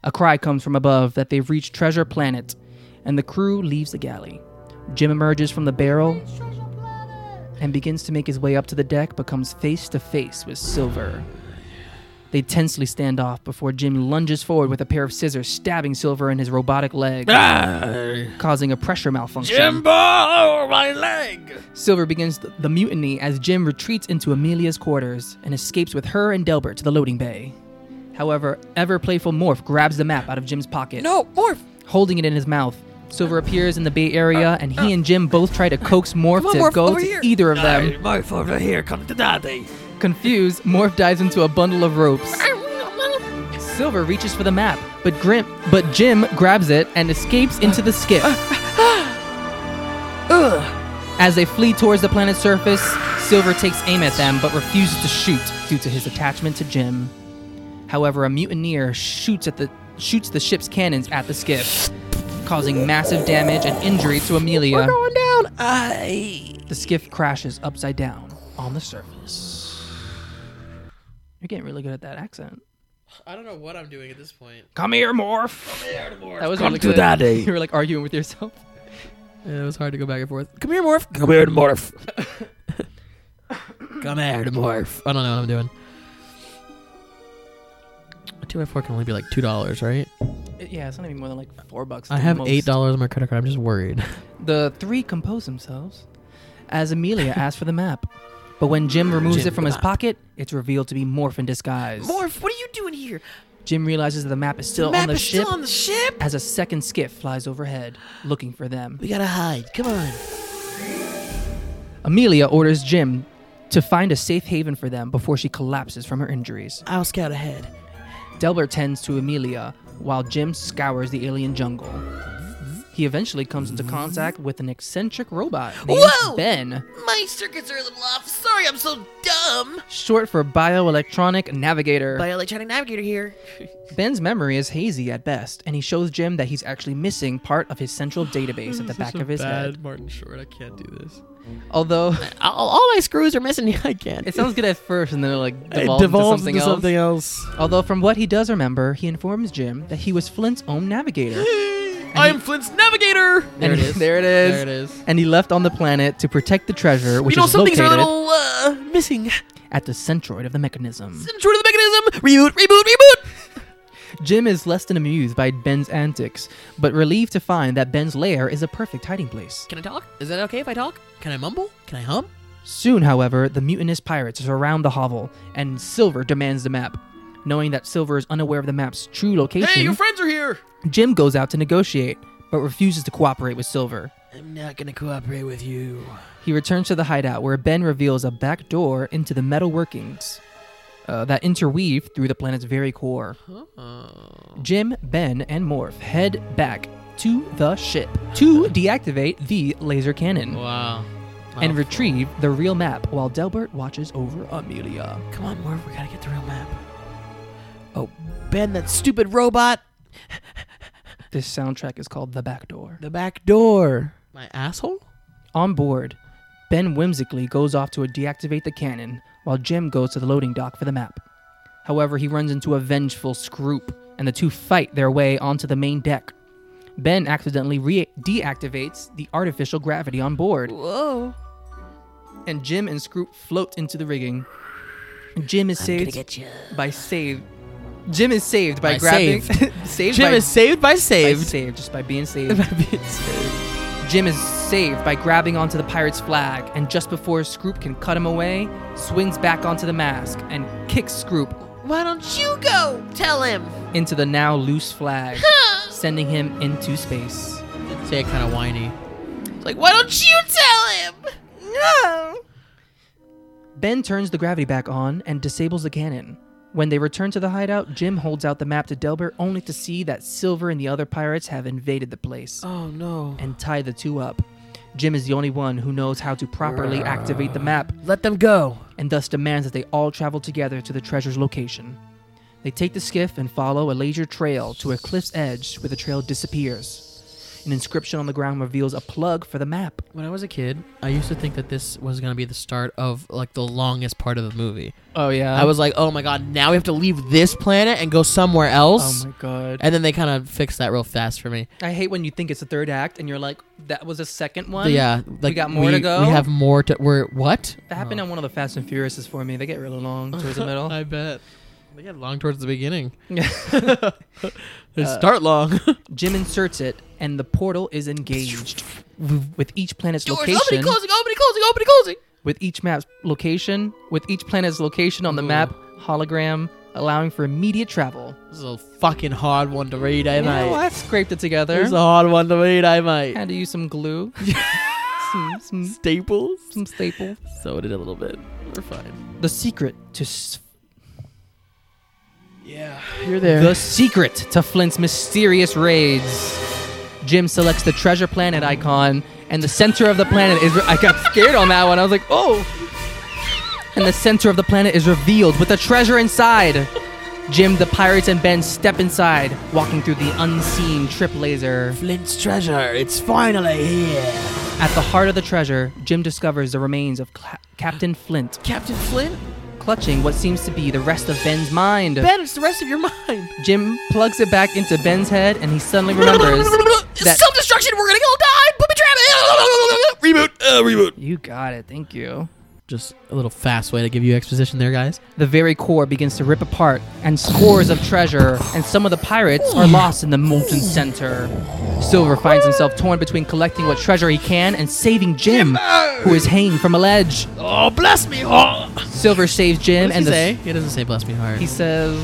Speaker 2: A cry comes from above that they've reached Treasure Planet, and the crew leaves the galley. Jim emerges from the barrel and begins to make his way up to the deck, but comes face to face with Silver. They tensely stand off before Jim lunges forward with a pair of scissors, stabbing Silver in his robotic leg,
Speaker 4: Ah,
Speaker 2: causing a pressure malfunction.
Speaker 4: Jimbo, my leg!
Speaker 2: Silver begins th- the mutiny as Jim retreats into Amelia's quarters and escapes with her and Delbert to the loading bay. However, ever playful Morph grabs the map out of Jim's pocket.
Speaker 4: No, Morph! Uh,
Speaker 2: Holding it in his mouth, Silver appears in the Bay Area and he and Jim both try to coax Morph to go to either of
Speaker 4: Aye,
Speaker 2: them.
Speaker 4: Morph over here, come to daddy.
Speaker 2: Confused, Morph dives into a bundle of ropes. Silver reaches for the map, but Grim but Jim grabs it and escapes into the skiff. As they flee towards the planet's surface, Silver takes aim at them but refuses to shoot due to his attachment to Jim. However, a mutineer shoots at the shoots the ship's cannons at the skiff, causing massive damage and injury to Amelia. We're going down. The skiff crashes upside down on the surface. You're getting really good at that accent.
Speaker 1: I don't know what I'm doing at this point.
Speaker 2: Come here, Morph. That was
Speaker 4: Come
Speaker 2: really
Speaker 4: to
Speaker 2: good.
Speaker 4: daddy.
Speaker 2: You were like arguing with yourself.
Speaker 1: Yeah, it was hard to go back and forth.
Speaker 4: Come here, Morph. Come here, Morph. Come here, Morph.
Speaker 1: I don't know what I'm doing. A two by four can only be like two dollars, right?
Speaker 2: Yeah, it's not even more than like four bucks.
Speaker 1: I have eight dollars on my credit card. I'm just worried.
Speaker 2: The three compose themselves as Amelia asks for the map. But when Jim removes
Speaker 4: Jim,
Speaker 2: it from
Speaker 4: the
Speaker 2: his
Speaker 4: map.
Speaker 2: pocket, it's revealed to be Morph in disguise.
Speaker 3: Morph, what are you doing here?
Speaker 2: Jim realizes that the map is still on
Speaker 3: Map
Speaker 2: the
Speaker 3: is
Speaker 2: ship
Speaker 3: still on the ship.
Speaker 2: as a second skiff flies overhead, looking for them.
Speaker 3: We gotta hide. Come on.
Speaker 2: Amelia orders Jim to find a safe haven for them before she collapses from her injuries.
Speaker 3: I'll scout ahead.
Speaker 2: Delbert tends to Amelia while Jim scours the alien jungle. He eventually comes into contact with an eccentric robot named
Speaker 3: Whoa!
Speaker 2: Ben,
Speaker 3: My circuits are a little off. Sorry, I'm so dumb.
Speaker 2: short for Bioelectronic Navigator.
Speaker 3: By electronic navigator here.
Speaker 2: Ben's memory is hazy at best, and he shows Jim that he's actually missing part of his central database at the back of his head.
Speaker 1: Martin Short. I can't do this.
Speaker 2: Although
Speaker 1: All, all my screws are missing. I can't.
Speaker 2: it sounds good at first, and then it like
Speaker 1: It
Speaker 2: devolves,
Speaker 1: devolves
Speaker 2: into something else.
Speaker 1: else.
Speaker 2: Although from what he does remember, he informs Jim that he was Flint's own navigator.
Speaker 1: I'm Flint's navigator. There
Speaker 2: and
Speaker 1: it
Speaker 2: he-
Speaker 1: is.
Speaker 2: There it is.
Speaker 1: There it is.
Speaker 2: And he left on the planet to protect the treasure, which
Speaker 1: you know,
Speaker 2: is
Speaker 1: some things
Speaker 2: located
Speaker 1: are a little uh, missing.
Speaker 2: at the centroid of the mechanism.
Speaker 1: Intro to the mechanism. Reboot. Reboot. Reboot.
Speaker 2: Jim is less than amused by Ben's antics, but relieved to find that Ben's lair is a perfect hiding place.
Speaker 1: Can I talk? Is that okay if I talk? Can I mumble? Can I hum?
Speaker 2: Soon, however, the mutinous pirates surround the hovel, and Silver demands the map. Knowing that Silver is unaware of the map's true location,
Speaker 1: Hey, your friends are here.
Speaker 2: Jim goes out to negotiate, but refuses to cooperate with Silver.
Speaker 4: I'm not gonna cooperate with you.
Speaker 2: He returns to the hideout where Ben reveals a back door into the metal workings uh, that interweave through the planet's very core. Jim, Ben, and Morph head back to the ship to deactivate the laser cannon
Speaker 1: Wow.
Speaker 2: and retrieve the real map while Delbert watches over Amelia.
Speaker 4: Come on, Morph, we gotta get the real map.
Speaker 1: Oh, Ben, that stupid robot.
Speaker 2: This soundtrack is called The Back Door.
Speaker 1: The back door. My asshole.
Speaker 2: On board, Ben whimsically goes off to deactivate the cannon while Jim goes to the loading dock for the map. However, he runs into a vengeful Scroop and the two fight their way onto the main deck. Ben accidentally re- deactivates the artificial gravity on board. Whoa. And Jim and Scroop float into the rigging. Jim is saved by save. Jim is saved by,
Speaker 1: By
Speaker 2: grabbing.
Speaker 1: saved.
Speaker 2: saved
Speaker 1: Jim
Speaker 2: by-
Speaker 1: is saved by
Speaker 2: by
Speaker 1: saved.
Speaker 2: saved just by being saved. Jim is saved by grabbing onto the pirate's flag, and just before Scroop can cut him away, swings back onto the mask and kicks Scroop
Speaker 5: Why don't you go tell him?
Speaker 2: into the now loose flag, sending him into space.
Speaker 1: Say it kind of whiny.
Speaker 5: Like, why don't you tell him? No.
Speaker 2: Ben turns the gravity back on and disables the cannon. When they return to the hideout, Jim holds out the map to Delbert only to see that Silver and the other pirates have invaded the place
Speaker 4: Oh no.
Speaker 2: and tie the two up. Jim is the only one who knows how to properly activate the map
Speaker 4: Let them go.
Speaker 2: and thus demands that they all travel together to the treasure's location. They take the skiff and follow a laser trail to a cliff's edge where the trail disappears. An inscription on the ground reveals a plug for the map.
Speaker 1: When I was a kid, I used to think that this was gonna be the start of like the longest part of the movie.
Speaker 2: Oh yeah.
Speaker 1: I was like, oh my god, now we have to leave this planet and go somewhere else.
Speaker 2: Oh god.
Speaker 1: and then they kind of fixed that real fast for me.
Speaker 2: I hate when you think it's the third act and you're like, that was the second one.
Speaker 1: yeah, like
Speaker 2: got more to go?
Speaker 1: We have more to. We're what?
Speaker 2: That happened on one of the Fast and Furiouses for me. They get really long towards the middle.
Speaker 1: I bet. They get long towards the beginning.
Speaker 2: Yeah.
Speaker 1: They start long.
Speaker 2: Jim inserts it, and the portal is engaged. With each planet's location.
Speaker 1: opening, closing, opening, closing.
Speaker 2: with each map's location, with each planet's location on the map, hologram, allowing for immediate travel.
Speaker 1: This is a fucking hard one to read, I
Speaker 2: You know,
Speaker 1: might.
Speaker 2: I scraped it together.
Speaker 1: This is a hard one to read, eh, I might.
Speaker 2: Had to use some glue, some, some,
Speaker 1: Staples.
Speaker 2: some staple.
Speaker 1: So did a little bit. We're fine.
Speaker 2: The secret to s-
Speaker 1: You're there.
Speaker 2: the secret to Flint's mysterious raids. Jim selects the treasure planet icon, and the center of the planet is. Re- I got scared on that one. I was like, oh. And the center of the planet is revealed with the treasure inside. Jim, the pirates, and Ben step inside, walking through the unseen trip laser.
Speaker 4: Flint's treasure. It's finally here.
Speaker 2: At the heart of the treasure, Jim discovers the remains of Cla- Captain Flint,
Speaker 1: Captain Flint?
Speaker 2: clutching what seems to be the rest of Ben's mind.
Speaker 1: Ben, it's the rest of your mind.
Speaker 2: Jim plugs it back into Ben's head, and he suddenly remembers that
Speaker 1: destruction, we're gonna all die. Put me trap. reboot. Uh, reboot.
Speaker 2: You got it. Thank you.
Speaker 1: Just a little fast way to give you exposition there, guys.
Speaker 2: The very core begins to rip apart, and scores of treasure and some of the pirates are lost in the molten center. Silver finds himself torn between collecting what treasure he can and saving Jim, who is hanging from a ledge.
Speaker 1: Oh, bless me. Oh.
Speaker 2: Silver saves Jim, and
Speaker 1: And
Speaker 2: the,
Speaker 1: say? He doesn't say bless me hard.
Speaker 2: he says,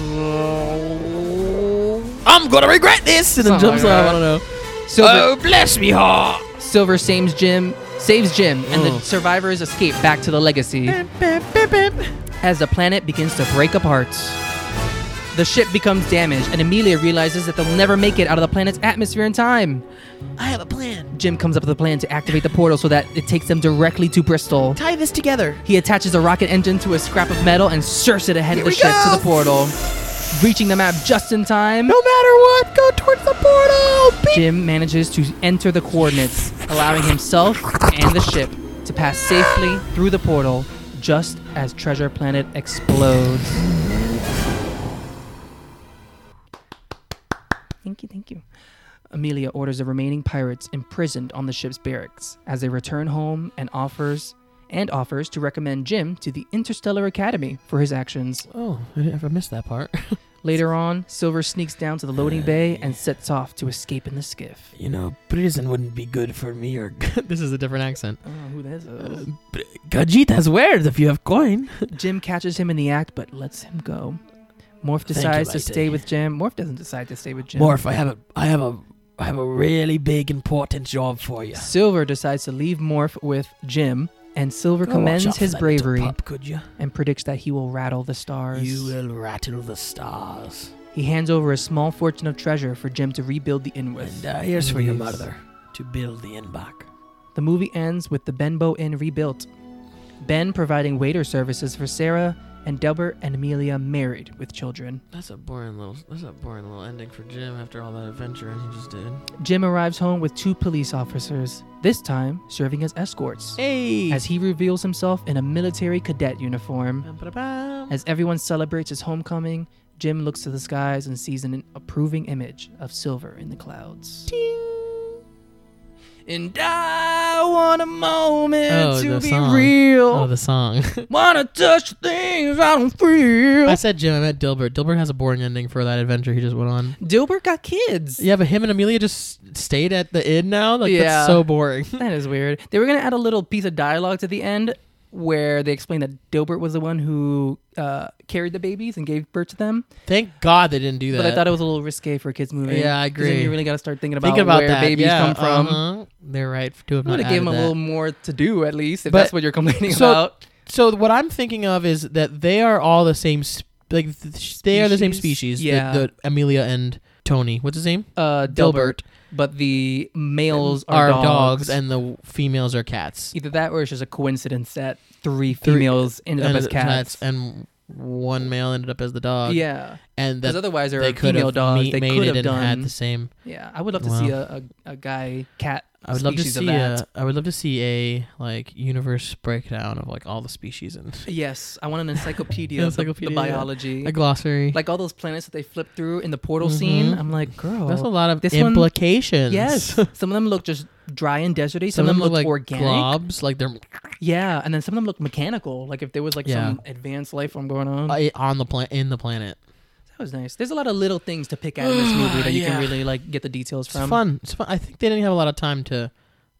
Speaker 1: I'm gonna regret this. And then
Speaker 2: Something
Speaker 1: jumps
Speaker 2: like
Speaker 1: off.
Speaker 2: that.
Speaker 1: I don't know.
Speaker 2: "Oh
Speaker 1: Oh,
Speaker 2: Silver,
Speaker 1: bless me hard.
Speaker 2: Silver saves Jim, saves Jim, and the
Speaker 1: Oh.
Speaker 2: survivors escape back to the legacy. As the planet begins to break apart, the ship becomes damaged, and Amelia realizes that they'll never make it out of the planet's atmosphere in time.
Speaker 4: I have a plan.
Speaker 2: Jim comes up with a plan to activate the portal so that it takes them directly to Bristol.
Speaker 4: Tie this together.
Speaker 2: He attaches a rocket engine to a scrap of metal and surfs it ahead of the ship to the portal, reaching the map just in time.
Speaker 1: No matter what, go towards the portal. Beep.
Speaker 2: Jim manages to enter the coordinates, allowing himself and the ship to pass safely through the portal just as Treasure Planet explodes. Thank you, thank you. Amelia orders the remaining pirates imprisoned on the ship's barracks as they return home and offers and offers to recommend Jim to the Interstellar Academy for his actions.
Speaker 1: Oh, I, didn't- I missed that part.
Speaker 2: Later on, Silver sneaks down to the loading bay and sets off to escape in the skiff.
Speaker 1: You know, prison wouldn't be good for me or. this is a different accent.
Speaker 2: I don't know who that is.
Speaker 1: Gajita's weird if you have coin.
Speaker 2: Jim catches him in the act but lets him go. Morph
Speaker 1: Thank you,
Speaker 2: decides to
Speaker 1: Mighty.
Speaker 2: stay with Jim. Morph doesn't decide to stay with Jim.
Speaker 1: Morph, I have a, I have a, I have a really big important job for you.
Speaker 2: Silver decides to leave Morph with Jim, and Silver
Speaker 1: Go watch out
Speaker 2: commends
Speaker 1: for
Speaker 2: his
Speaker 1: that little
Speaker 2: bravery
Speaker 1: pup, could you?
Speaker 2: and predicts that he will rattle the stars.
Speaker 1: You will rattle the stars.
Speaker 2: He hands over a small fortune of treasure for Jim to rebuild the inn with.
Speaker 1: And uh, here's for your
Speaker 2: Please.
Speaker 1: mother to build the inn back.
Speaker 2: The movie ends with the Benbow Inn rebuilt. Ben providing waiter services for Sarah, and Delbert and Amelia married with children.
Speaker 4: That's a boring little. That's a boring little ending for Jim after all that adventure he just did.
Speaker 2: Jim arrives home with two police officers, this time serving as escorts,
Speaker 1: Hey.
Speaker 2: as he reveals himself in a military cadet uniform. As everyone celebrates his homecoming, Jim looks to the skies and sees an approving image of silver in the clouds. And I want a moment
Speaker 1: Oh,
Speaker 2: to
Speaker 1: the
Speaker 2: be
Speaker 1: song.
Speaker 2: real.
Speaker 1: Oh, the song.
Speaker 2: Wanna touch things I don't feel.
Speaker 1: I said Jim. I meant Dilbert. Dilbert has a boring ending for that adventure he just went on.
Speaker 2: Dilbert got kids.
Speaker 1: Yeah, but him and Amelia just stayed at the inn now. Like
Speaker 2: Yeah.
Speaker 1: that's so boring.
Speaker 2: That is weird. They were gonna add a little piece of dialogue to the end where they explained that Dilbert was the one who uh, carried the babies and gave birth to them.
Speaker 1: Thank God they didn't do that.
Speaker 2: But I thought it was a little risque for a kids movie.
Speaker 1: Yeah, I
Speaker 2: 'Cause Then
Speaker 1: agree.
Speaker 2: you really gotta start thinking about,
Speaker 1: Thinking about
Speaker 2: where
Speaker 1: that,
Speaker 2: babies
Speaker 1: yeah,
Speaker 2: come from.
Speaker 1: uh-huh. They're right to have
Speaker 2: I'm
Speaker 1: not
Speaker 2: gonna give
Speaker 1: added
Speaker 2: him a
Speaker 1: that.
Speaker 2: little more to do at least if
Speaker 1: But-
Speaker 2: that's what you're complaining
Speaker 1: so-
Speaker 2: about.
Speaker 1: So what I'm thinking of is that they are all the same. Sp- like th- sh- they are the same
Speaker 2: Species?
Speaker 1: species.
Speaker 2: Yeah.
Speaker 1: The, the Amelia and Tony. What's his name?
Speaker 2: Uh, Dilbert, but the males are,
Speaker 1: Are dogs. and the females are cats.
Speaker 2: either that or it's just a coincidence that three
Speaker 1: Three-
Speaker 2: females ended up
Speaker 1: And
Speaker 2: as
Speaker 1: the
Speaker 2: cats.
Speaker 1: and one male ended up as the dog.
Speaker 2: yeah.
Speaker 1: and
Speaker 2: Because
Speaker 1: that
Speaker 2: otherwise there
Speaker 1: they
Speaker 2: are
Speaker 1: could
Speaker 2: female
Speaker 1: have
Speaker 2: dogs.
Speaker 1: me-
Speaker 2: they
Speaker 1: made
Speaker 2: could
Speaker 1: it
Speaker 2: have
Speaker 1: and had
Speaker 2: done.
Speaker 1: the same.
Speaker 2: yeah, I would love to see a, a, a guy cat.
Speaker 1: I would love to
Speaker 2: species
Speaker 1: see
Speaker 2: Of that.
Speaker 1: a. I would love to see a like universe breakdown of like all the species and
Speaker 2: yes, I want an encyclopedia, of the-
Speaker 1: Encyclopedia,
Speaker 2: the
Speaker 1: yeah.
Speaker 2: biology,
Speaker 1: a
Speaker 2: like,
Speaker 1: glossary.
Speaker 2: all those planets that they flip through in the portal scene.
Speaker 1: Mhm.
Speaker 2: I'm like, girl,
Speaker 1: That's a lot of
Speaker 2: oh, this one-
Speaker 1: implications.
Speaker 2: yes. some of them look just dry and deserty. Some, of them look
Speaker 1: like
Speaker 2: organic.
Speaker 1: globs, like they're
Speaker 2: Yeah, and then some of them look mechanical. Like if there was like
Speaker 1: Yeah.
Speaker 2: some advanced life form going on.
Speaker 1: uh, on the planet in the planet.
Speaker 2: that was nice. There's a lot of little things to pick out in this movie that you
Speaker 1: Yeah.
Speaker 2: can really like get the details
Speaker 1: It's
Speaker 2: from.
Speaker 1: fun. It's fun. I think they didn't have a lot of time to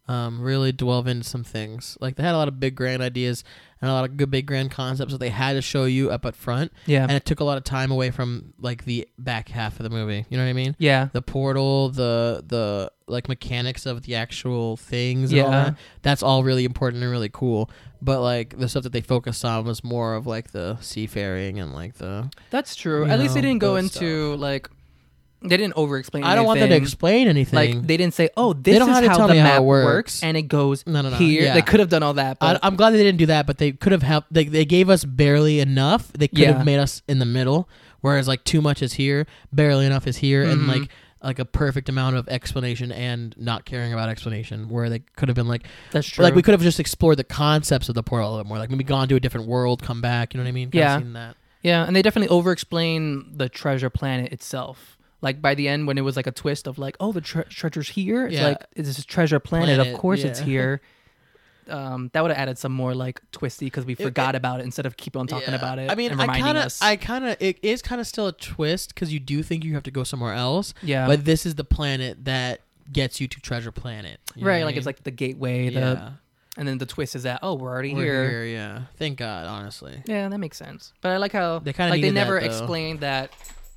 Speaker 1: um, really delve into some things. Like they had a lot of big grand ideas and a lot of good big grand concepts that they had to show you up at front,
Speaker 2: Yeah,
Speaker 1: and it took a lot of time away from like the back half of the movie. You know what I mean?
Speaker 2: yeah.
Speaker 1: The portal, the the like mechanics of the actual things. And all
Speaker 2: Yeah.
Speaker 1: that, that's all really important and really cool. But like the stuff that they focused on was more of like the seafaring and like the
Speaker 2: That's true.
Speaker 1: you
Speaker 2: At least they
Speaker 1: know,
Speaker 2: didn't go
Speaker 1: those
Speaker 2: into like they didn't over explain.
Speaker 1: I don't want them to explain anything.
Speaker 2: Like they didn't say, "Oh, this
Speaker 1: don't
Speaker 2: is
Speaker 1: have to
Speaker 2: how
Speaker 1: tell
Speaker 2: the
Speaker 1: me how
Speaker 2: map
Speaker 1: it
Speaker 2: works.
Speaker 1: works.
Speaker 2: and it goes
Speaker 1: No, no, no,
Speaker 2: here."
Speaker 1: yeah.
Speaker 2: They could have done all that,
Speaker 1: I,
Speaker 2: but
Speaker 1: I'm glad they didn't do that, but they could have helped. They, they gave us barely enough. They could
Speaker 2: Yeah.
Speaker 1: have made us in the middle, whereas like too much is here, barely enough is here,
Speaker 2: Mm-hmm.
Speaker 1: and like like a perfect amount of explanation and not caring about explanation. Where they could have been like
Speaker 2: that's true.
Speaker 1: like we could have just explored the concepts of the portal a little more. Like maybe gone to a different world, come back. You know what I mean? Kinda
Speaker 2: Yeah.
Speaker 1: Seen that.
Speaker 2: yeah, and they definitely over explain the treasure planet itself. Like by the end, when it was like a twist of like, "Oh, the tre- treasure's here." It's
Speaker 1: Yeah.
Speaker 2: like this is treasure planet.
Speaker 1: Planet,
Speaker 2: of course, it's
Speaker 1: yeah.
Speaker 2: here. Um, that would have added some more like twisty because we forgot about it instead of keep on talking
Speaker 1: Yeah.
Speaker 2: about it.
Speaker 1: I mean,
Speaker 2: and
Speaker 1: I
Speaker 2: reminding
Speaker 1: kind of,
Speaker 2: us.
Speaker 1: I kind of, it is kind of still a twist because you do think you have to go somewhere else,
Speaker 2: yeah,
Speaker 1: but this is the planet that gets you to Treasure Planet. you know
Speaker 2: right.
Speaker 1: what I
Speaker 2: Like it's
Speaker 1: mean?
Speaker 2: like the gateway. The
Speaker 1: yeah.
Speaker 2: and then the twist is that oh, we're already
Speaker 1: We're
Speaker 2: here.
Speaker 1: here, yeah. Thank God, honestly.
Speaker 2: Yeah, that makes sense. But I like how
Speaker 1: They
Speaker 2: they
Speaker 1: kinda
Speaker 2: kind of like they
Speaker 1: needed that,
Speaker 2: never
Speaker 1: though.
Speaker 2: explained that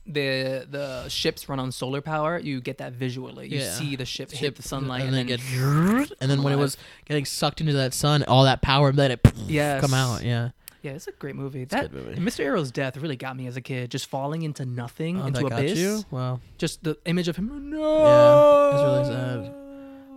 Speaker 2: the the ships run on solar power. You get that visually. You
Speaker 1: Yeah.
Speaker 2: see the ship, hit the sunlight
Speaker 1: and,
Speaker 2: and,
Speaker 1: then,
Speaker 2: then,
Speaker 1: get, and then when it
Speaker 2: alive.
Speaker 1: was getting sucked into that sun, all that power let it
Speaker 2: Yes.
Speaker 1: come out. Yeah,
Speaker 2: yeah, it's a great movie.
Speaker 1: good
Speaker 2: That
Speaker 1: movie.
Speaker 2: and Mr. Arrow's death really got me as a kid. Just falling into nothing,
Speaker 1: Oh,
Speaker 2: into
Speaker 1: that got
Speaker 2: abyss.
Speaker 1: you? Wow.
Speaker 2: Just the image of him. Oh,
Speaker 1: Yeah,
Speaker 2: No,
Speaker 1: that's really sad.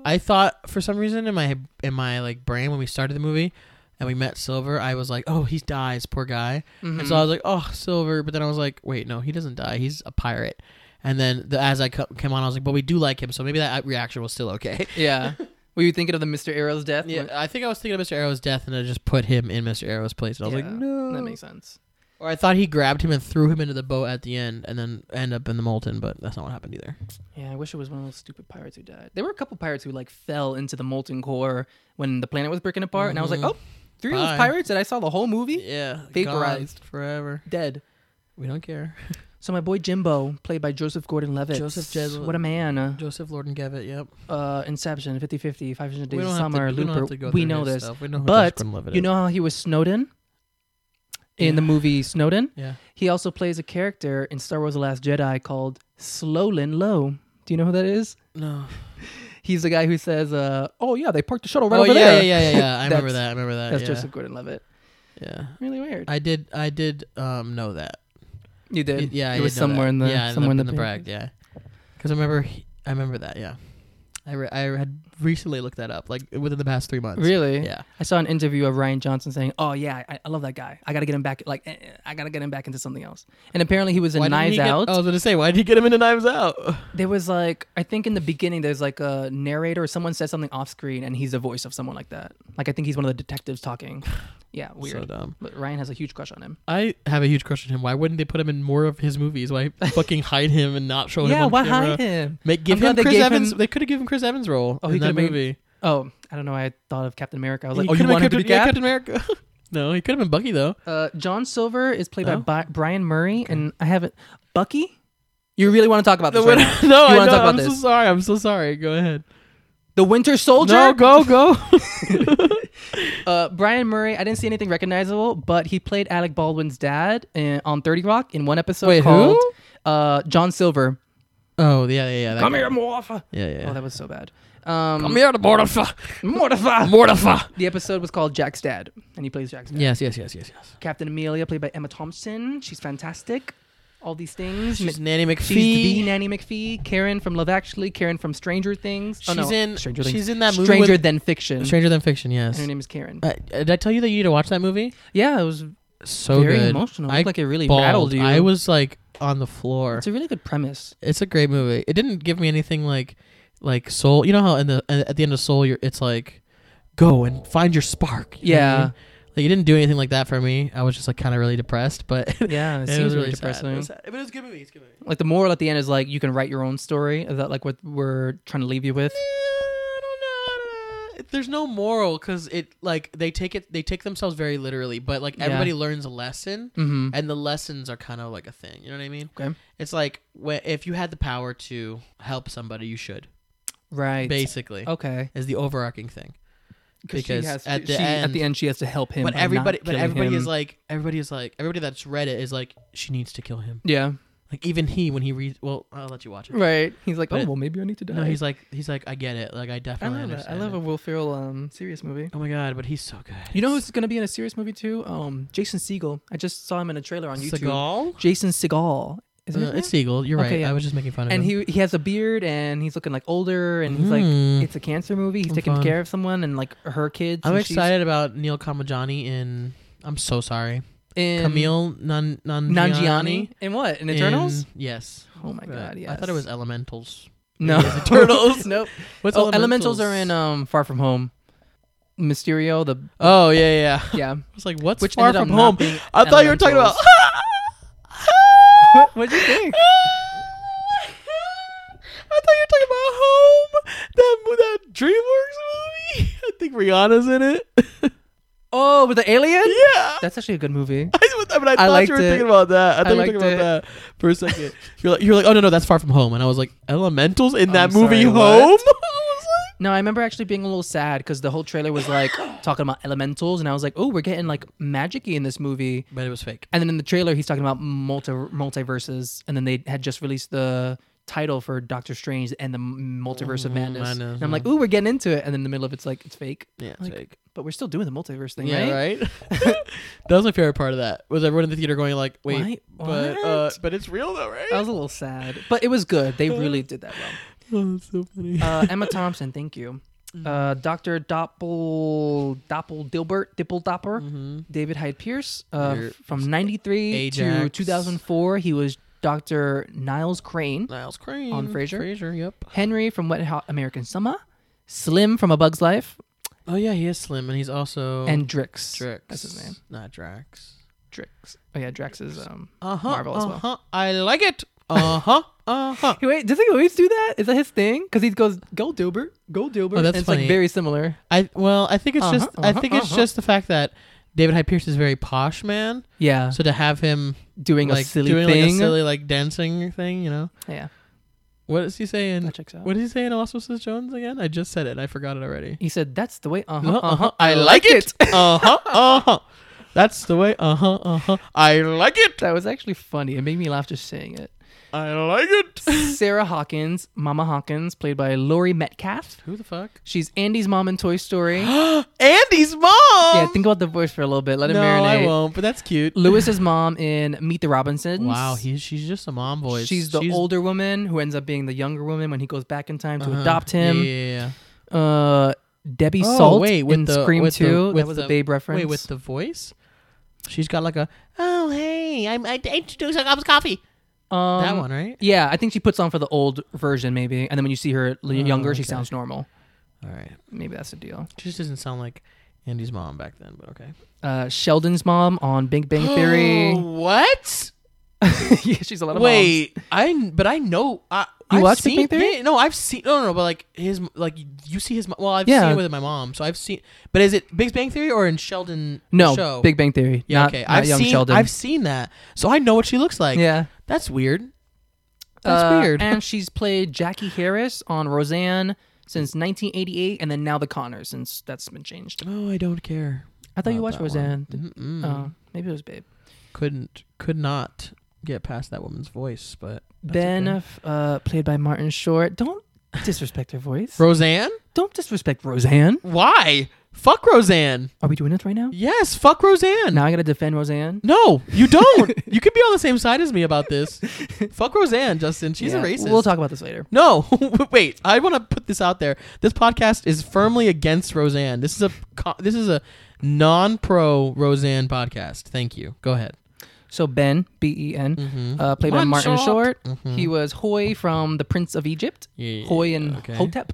Speaker 1: I thought for some reason in my in my like brain when we started the movie and we met Silver, I was like, oh, he dies, poor guy.
Speaker 2: Mm-hmm.
Speaker 1: And so I was like, oh, Silver. But then I was like, wait, no, he doesn't die. He's a pirate. And then the, as I co- came on, I was like, but we do like him, so maybe that reaction was still okay.
Speaker 2: yeah. Were you thinking of the Mr. Arrow's death?
Speaker 1: Yeah, I think I was thinking of Mr. Arrow's death, and I just put him in Mr. Arrow's place, and I was
Speaker 2: Yeah,
Speaker 1: like, no.
Speaker 2: That makes sense.
Speaker 1: Or I thought he grabbed him and threw him into the boat at the end, and then end up in the molten. But that's not what happened either.
Speaker 2: Yeah, I wish it was one of those stupid pirates who died. There were a couple pirates who like fell into the molten core when the planet was breaking apart, and I was like, oh, three of
Speaker 1: Mm-hmm. Bye.
Speaker 2: those pirates that I saw the whole movie
Speaker 1: Yeah,
Speaker 2: Vaporized.
Speaker 1: gone forever.
Speaker 2: dead.
Speaker 1: We don't care.
Speaker 2: So my boy Jimbo, played by Joseph Gordon-Levitt.
Speaker 1: Joseph Jed-
Speaker 2: What a man.
Speaker 1: Joseph Gordon Levitt. Yep.
Speaker 2: Uh, Inception, 50-50, 500 Days
Speaker 1: We
Speaker 2: of
Speaker 1: don't have
Speaker 2: Summer,
Speaker 1: to- we don't have to
Speaker 2: Looper.
Speaker 1: go
Speaker 2: We
Speaker 1: through
Speaker 2: know
Speaker 1: his
Speaker 2: this.
Speaker 1: stuff. We know who Joseph
Speaker 2: But
Speaker 1: Gordon-Levitt
Speaker 2: you
Speaker 1: is.
Speaker 2: know how he was Snowden in the
Speaker 1: Yeah.
Speaker 2: movie Snowden?
Speaker 1: Yeah.
Speaker 2: He also plays a character in Star Wars The Last Jedi called Slolin Low. Do you know who that is?
Speaker 1: No.
Speaker 2: He's the guy who says, uh, "Oh yeah, they parked the shuttle right
Speaker 1: oh
Speaker 2: over
Speaker 1: yeah,
Speaker 2: there."
Speaker 1: yeah, yeah, yeah, yeah. I remember
Speaker 2: That's-
Speaker 1: that. I remember that.
Speaker 2: That's
Speaker 1: yeah.
Speaker 2: Joseph Gordon-Levitt.
Speaker 1: Yeah.
Speaker 2: Really weird.
Speaker 1: I did. I did um know that.
Speaker 2: you
Speaker 1: Y-
Speaker 2: did.
Speaker 1: yeah, I
Speaker 2: it was
Speaker 1: did know
Speaker 2: somewhere
Speaker 1: that.
Speaker 2: in the
Speaker 1: yeah,
Speaker 2: somewhere in the,
Speaker 1: brag. Yeah, because I remember. he- I remember that. Yeah, I re- I had recently looked that up, like within the past three months.
Speaker 2: Really?
Speaker 1: Yeah.
Speaker 2: I saw an interview of Ryan Johnson saying, "Oh yeah, I, I love that guy. I gotta get him back. Like, eh, eh, I gotta get him back into something else." And apparently, he Oh. was in
Speaker 1: Why didn't he
Speaker 2: Knives
Speaker 1: get-
Speaker 2: Out.
Speaker 1: I was gonna say, why did you get him into Knives Out?
Speaker 2: There was like, I think in the beginning, there's like a narrator or someone says something off screen, and he's the voice of someone like that. Like, I think he's one of the detectives talking. Yeah, weird.
Speaker 1: So dumb.
Speaker 2: but Ryan has a huge crush on him.
Speaker 1: I have a huge crush on him. Why wouldn't they put him in more of his movies? Why fucking hide him and not show him?
Speaker 2: yeah,
Speaker 1: on
Speaker 2: why
Speaker 1: camera?
Speaker 2: hide him?
Speaker 1: Make give
Speaker 2: I'm glad
Speaker 1: him
Speaker 2: they
Speaker 1: Chris
Speaker 2: gave
Speaker 1: Evans.
Speaker 2: him-
Speaker 1: They could have given Chris Evans role
Speaker 2: Oh,
Speaker 1: oh,
Speaker 2: he
Speaker 1: in that
Speaker 2: could've been-
Speaker 1: movie.
Speaker 2: Oh, I don't know. why I thought of Captain America. I was
Speaker 1: He
Speaker 2: like, oh, you
Speaker 1: could've been
Speaker 2: want him to
Speaker 1: Captain-
Speaker 2: be
Speaker 1: yeah,
Speaker 2: Cap?
Speaker 1: Captain America? no, he could have been Bucky though.
Speaker 2: Uh, John Silver is played
Speaker 1: No?
Speaker 2: by Bi- Brian Murray, and I haven't Bucky. You really want to talk about this?
Speaker 1: No,
Speaker 2: right
Speaker 1: wait, no,
Speaker 2: now? You
Speaker 1: I
Speaker 2: wanna
Speaker 1: know,
Speaker 2: talk about
Speaker 1: I'm so
Speaker 2: this?
Speaker 1: sorry. I'm so sorry. Go ahead.
Speaker 2: The Winter Soldier.
Speaker 1: No, go, go.
Speaker 2: Uh, Brian Murray. I didn't see anything recognizable, but he played Alec Baldwin's dad in, on Thirty Rock in one episode
Speaker 1: Wait, who?
Speaker 2: called uh, John Silver.
Speaker 1: oh yeah, yeah, yeah. that guy.
Speaker 2: Mortifa.
Speaker 1: Yeah, yeah. yeah.
Speaker 2: Oh, that was so bad. Um,
Speaker 4: Come here, Mortifa.
Speaker 2: Mortifa.
Speaker 4: Mortifa.
Speaker 2: The episode was called Jack's Dad, and he plays Jack's dad.
Speaker 1: yes, yes, yes, yes, yes.
Speaker 2: Captain Amelia, played by Emma Thompson. She's fantastic. All these things.
Speaker 1: She's Nanny McPhee.
Speaker 2: She's the Nanny McPhee, Karen from Love Actually, Karen from Stranger Things. Oh,
Speaker 1: She's
Speaker 2: no,
Speaker 1: in-
Speaker 2: Stranger Things.
Speaker 1: she's in that movie
Speaker 2: Stranger
Speaker 1: with-
Speaker 2: Than Fiction.
Speaker 1: Stranger Than Fiction.
Speaker 2: and
Speaker 1: Yes.
Speaker 2: her name is Karen.
Speaker 1: Uh, did I tell you that you need to watch that movie?
Speaker 2: yeah, it was
Speaker 1: So
Speaker 2: very
Speaker 1: good.
Speaker 2: emotional. It
Speaker 1: I
Speaker 2: looked like it really
Speaker 1: bawled.
Speaker 2: rattled you.
Speaker 1: I was like on the floor.
Speaker 2: It's a really good premise.
Speaker 1: It's a great movie. It didn't give me anything like like Soul. You know how in the uh, at the end of Soul, you're it's like go and find your spark. you know what I
Speaker 2: Yeah.
Speaker 1: mean? Like it didn't do anything like that for me. I was just like kind of really depressed, but
Speaker 2: Yeah, it
Speaker 1: was
Speaker 2: seems
Speaker 1: really sad.
Speaker 2: really,
Speaker 1: It
Speaker 2: depressing.
Speaker 1: was but it was a good movie. It's a good movie.
Speaker 2: Like the moral at the end is like you can write your own story. Is that like what we're trying to leave you with?
Speaker 1: I don't know. Uh, There's no moral because it like they take it they take themselves very literally, but like
Speaker 2: Yeah.
Speaker 1: everybody learns a lesson,
Speaker 2: Mm-hmm.
Speaker 1: and the lessons are kind of like a thing. You know what I mean?
Speaker 2: Okay.
Speaker 1: It's like wh- if you had the power to help somebody, you should
Speaker 2: Right. Oh.
Speaker 1: basically
Speaker 2: Okay.
Speaker 1: is the overarching thing.
Speaker 2: 'Cause she
Speaker 1: Because
Speaker 2: has-
Speaker 1: at the
Speaker 2: she- at
Speaker 1: end-
Speaker 2: the end, she has to help him.
Speaker 1: But
Speaker 2: by not
Speaker 1: everybody, but
Speaker 2: killing
Speaker 1: everybody
Speaker 2: him.
Speaker 1: is like everybody is like everybody that's read it is like she needs to kill him.
Speaker 2: yeah,
Speaker 1: Like even he when he reads, well, I'll let you watch it.
Speaker 2: right. He's like,
Speaker 1: But
Speaker 2: oh
Speaker 1: it-
Speaker 2: well, maybe I need to die.
Speaker 1: No, he's like he's like I get it. Like I
Speaker 2: I
Speaker 1: definitely
Speaker 2: love it. I
Speaker 1: understand.
Speaker 2: love a
Speaker 1: it.
Speaker 2: Will Ferrell um, serious movie.
Speaker 1: Oh my god, but he's so good.
Speaker 2: You know who's going to be in a serious movie too? Um, Jason Segel. I just saw him in a trailer on YouTube.
Speaker 1: Seagal?
Speaker 2: Jason Segel. Is it?
Speaker 1: Uh, it's Seagal. You're
Speaker 2: Mm-hmm. Okay,
Speaker 1: right.
Speaker 2: yeah.
Speaker 1: I was just making fun of
Speaker 2: and
Speaker 1: him.
Speaker 2: he he has a beard and he's looking like older and he's
Speaker 1: Mm.
Speaker 2: like it's a cancer movie. He's
Speaker 1: I'm
Speaker 2: taking
Speaker 1: fine.
Speaker 2: care of someone and like her kids.
Speaker 1: I'm
Speaker 2: and she's
Speaker 1: excited about Neil Kamajani in. I'm so sorry.
Speaker 2: In
Speaker 1: Camille Nan Nan
Speaker 2: Nanjiani. In what? In Eternals?
Speaker 1: yes.
Speaker 2: oh my
Speaker 1: Right.
Speaker 2: god! Yes.
Speaker 1: I thought it was Elementals.
Speaker 2: no
Speaker 1: it was Eternals.
Speaker 2: nope.
Speaker 1: What's
Speaker 2: oh, Elementals are in um Far From Home. Mysterio the
Speaker 1: oh yeah yeah. yeah.
Speaker 2: yeah.
Speaker 1: I was like, what's
Speaker 2: uh, Which
Speaker 1: far
Speaker 2: ended up
Speaker 1: from
Speaker 2: not
Speaker 1: home?
Speaker 2: being
Speaker 1: I thought you were talking about.
Speaker 2: Elementals. What'd you think?
Speaker 1: I thought you were talking about home. That mo- that DreamWorks movie. I think Rihanna's in it.
Speaker 2: Oh, with the alien?
Speaker 1: yeah.
Speaker 2: That's actually a good movie.
Speaker 1: I, I, mean, I,
Speaker 2: I
Speaker 1: thought
Speaker 2: liked
Speaker 1: you were
Speaker 2: it.
Speaker 1: thinking about that. I
Speaker 2: I
Speaker 1: thought you were thinking
Speaker 2: liked
Speaker 1: about that for a second. You're like, you're like, oh no, no, that's far from home. And I was like, Elementals in that
Speaker 2: I'm
Speaker 1: movie, Home.
Speaker 2: sorry, what?
Speaker 1: I was like,
Speaker 2: No, I remember actually being a little sad because the whole trailer was like talking about elementals, and I was like, "Oh, we're getting like magicy in this movie."
Speaker 1: but it was fake.
Speaker 2: And then in the trailer, he's talking about multi multiverses, and then they had just released the title for Doctor Strange and the M- Multiverse of
Speaker 1: Mhm,
Speaker 2: Madness.
Speaker 1: madness,
Speaker 2: And I'm like,
Speaker 1: yeah.
Speaker 2: "Ooh, we're getting into it," and then in the middle of it's like it's fake,
Speaker 1: Yeah, it's
Speaker 2: Like,
Speaker 1: fake.
Speaker 2: but we're still doing the multiverse thing,
Speaker 1: Yeah,
Speaker 2: right?
Speaker 1: right. that was my favorite part of that. Was everyone in the theater going like, wait,
Speaker 2: Why-
Speaker 1: but
Speaker 2: what?
Speaker 1: uh, but it's real though, right?
Speaker 2: I was a little sad, but it was good. They really did that well.
Speaker 1: oh, that's so funny.
Speaker 2: Uh, Emma Thompson, thank you.
Speaker 1: Mm-hmm.
Speaker 2: Uh, Dr. Doppel Doppel Dilbert Dipple Dopper,
Speaker 1: Mm-hmm.
Speaker 2: David Hyde Pierce uh,
Speaker 1: Pierce.
Speaker 2: from '93 to
Speaker 1: Ajax.
Speaker 2: 2004. He was Dr. Niles Crane,
Speaker 1: Niles Crane
Speaker 2: On Frasier?
Speaker 1: Frasier, yep.
Speaker 2: Henry from Wet Hot American Summer, Slim from A Bug's Life,
Speaker 1: Oh yeah, he is slim, and he's also
Speaker 2: and Drix.
Speaker 1: Drax.
Speaker 2: that's his name.
Speaker 1: Not Drax.
Speaker 2: Drix. Oh yeah, Drax is um.
Speaker 1: Uh huh.
Speaker 2: Marvel as well.
Speaker 1: I like it. Uh huh. Uh huh.
Speaker 2: Hey, wait, does he always do that? Is that his thing? Because he goes, "Go Dilbert, go Dilbert."
Speaker 1: Oh, that's
Speaker 2: and it's
Speaker 1: funny.
Speaker 2: like very similar.
Speaker 1: I well, I think it's
Speaker 2: Uh-huh,
Speaker 1: just I
Speaker 2: uh-huh,
Speaker 1: think it's
Speaker 2: uh-huh.
Speaker 1: just the fact that David Hyde Pierce is very posh man,
Speaker 2: Yeah,
Speaker 1: so to have him
Speaker 2: Uh-huh. doing
Speaker 1: like
Speaker 2: a silly
Speaker 1: doing
Speaker 2: thing.
Speaker 1: like a silly like dancing thing, you know,
Speaker 2: yeah,
Speaker 1: what does he say in
Speaker 2: that checks out.
Speaker 1: what does he say in Osmosis Jones again? I just said it, I forgot it already.
Speaker 2: He said, "That's the way." Uh huh.
Speaker 1: Uh-huh, uh-huh. I like it. uh huh. Uh huh. That's the way. Uh huh. Uh huh. I like it.
Speaker 2: That was actually funny. It made me laugh just saying it.
Speaker 1: I like it.
Speaker 2: Sarah Hawkins, Mama Hawkins, played by Laurie Metcalf.
Speaker 1: Who the fuck?
Speaker 2: She's Andy's mom in Toy Story.
Speaker 1: Andy's mom.
Speaker 2: yeah, think about the voice for a little bit. Let it
Speaker 1: no,
Speaker 2: marinate.
Speaker 1: I won't. But that's cute.
Speaker 2: Lewis's mom in Meet the Robinsons.
Speaker 1: Wow, he, she's just a mom voice.
Speaker 2: She's the older woman who ends up being the younger woman when he goes back in time to adopt
Speaker 1: Yeah,
Speaker 2: him.
Speaker 1: yeah, Uh-huh, yeah.
Speaker 2: Uh, Debbie
Speaker 1: Oh,
Speaker 2: Salt
Speaker 1: wait, with
Speaker 2: in
Speaker 1: the-
Speaker 2: Scream
Speaker 1: with the-
Speaker 2: 2.
Speaker 1: with
Speaker 2: that was
Speaker 1: the-
Speaker 2: a Babe reference.
Speaker 1: Wait, with the voice, she's got like a oh hey, I'm I introduce a cup of coffee.
Speaker 2: um,
Speaker 1: that one, right?
Speaker 2: Yeah, I think she puts on for the old version maybe, and then when you see her
Speaker 1: Oh,
Speaker 2: l- younger, she sounds normal.
Speaker 1: All right,
Speaker 2: Maybe that's the deal.
Speaker 1: she just doesn't sound like Andy's mom back then, but okay.
Speaker 2: Uh, Sheldon's mom on Big Bang Theory.
Speaker 1: Oh, what?
Speaker 2: yeah, she's a lot of
Speaker 1: Wait, I but I know I.
Speaker 2: You
Speaker 1: I've
Speaker 2: watch Big
Speaker 1: seen,
Speaker 2: Bang Theory?
Speaker 1: yeah, no, I've seen no, no, no, but like his like you see his mo- well, I've
Speaker 2: Yeah.
Speaker 1: seen it with my mom, so I've seen. But is it Big Bang Theory or in Sheldon?
Speaker 2: moms. No,
Speaker 1: show?
Speaker 2: Big Bang Theory.
Speaker 1: Yeah,
Speaker 2: not,
Speaker 1: okay.
Speaker 2: not
Speaker 1: I've
Speaker 2: young
Speaker 1: seen
Speaker 2: Sheldon.
Speaker 1: I've seen that, so I know what she looks like.
Speaker 2: yeah,
Speaker 1: that's weird. That's
Speaker 2: Uh,
Speaker 1: weird.
Speaker 2: And she's played Jackie Harris on Roseanne since 1988, and then now The Connors, since that's been changed.
Speaker 1: oh, I don't care.
Speaker 2: I thought you
Speaker 1: about
Speaker 2: watched
Speaker 1: that one.
Speaker 2: Roseanne. Did-
Speaker 1: Mm-mm.
Speaker 2: Oh, maybe it was Babe.
Speaker 1: Couldn't could not get past that woman's voice, but that's
Speaker 2: ben,
Speaker 1: okay.
Speaker 2: f- uh, played by Martin Short. Don't disrespect her voice.
Speaker 1: Roseanne,
Speaker 2: Don't disrespect Roseanne.
Speaker 1: why? Fuck Roseanne.
Speaker 2: Are we doing this right now?
Speaker 1: Yes, fuck Roseanne.
Speaker 2: Now I gotta defend Roseanne.
Speaker 1: No, you don't. you could be on the same side as me about this. Fuck Roseanne, Justin. She's
Speaker 2: Yeah,
Speaker 1: a racist.
Speaker 2: We'll talk about this later.
Speaker 1: No, wait. I want to put this out there. This podcast is firmly against Roseanne. This is a co- this is a non-pro Roseanne podcast. Thank you. Go ahead.
Speaker 2: So Ben, B E N,
Speaker 1: Mm-hmm.
Speaker 2: uh, played by Martin
Speaker 4: Martin
Speaker 2: Short.
Speaker 1: Mhm.
Speaker 2: He was Hoy from The Prince of Egypt.
Speaker 1: Yeah,
Speaker 2: Hoy and
Speaker 1: okay.
Speaker 2: Hotep.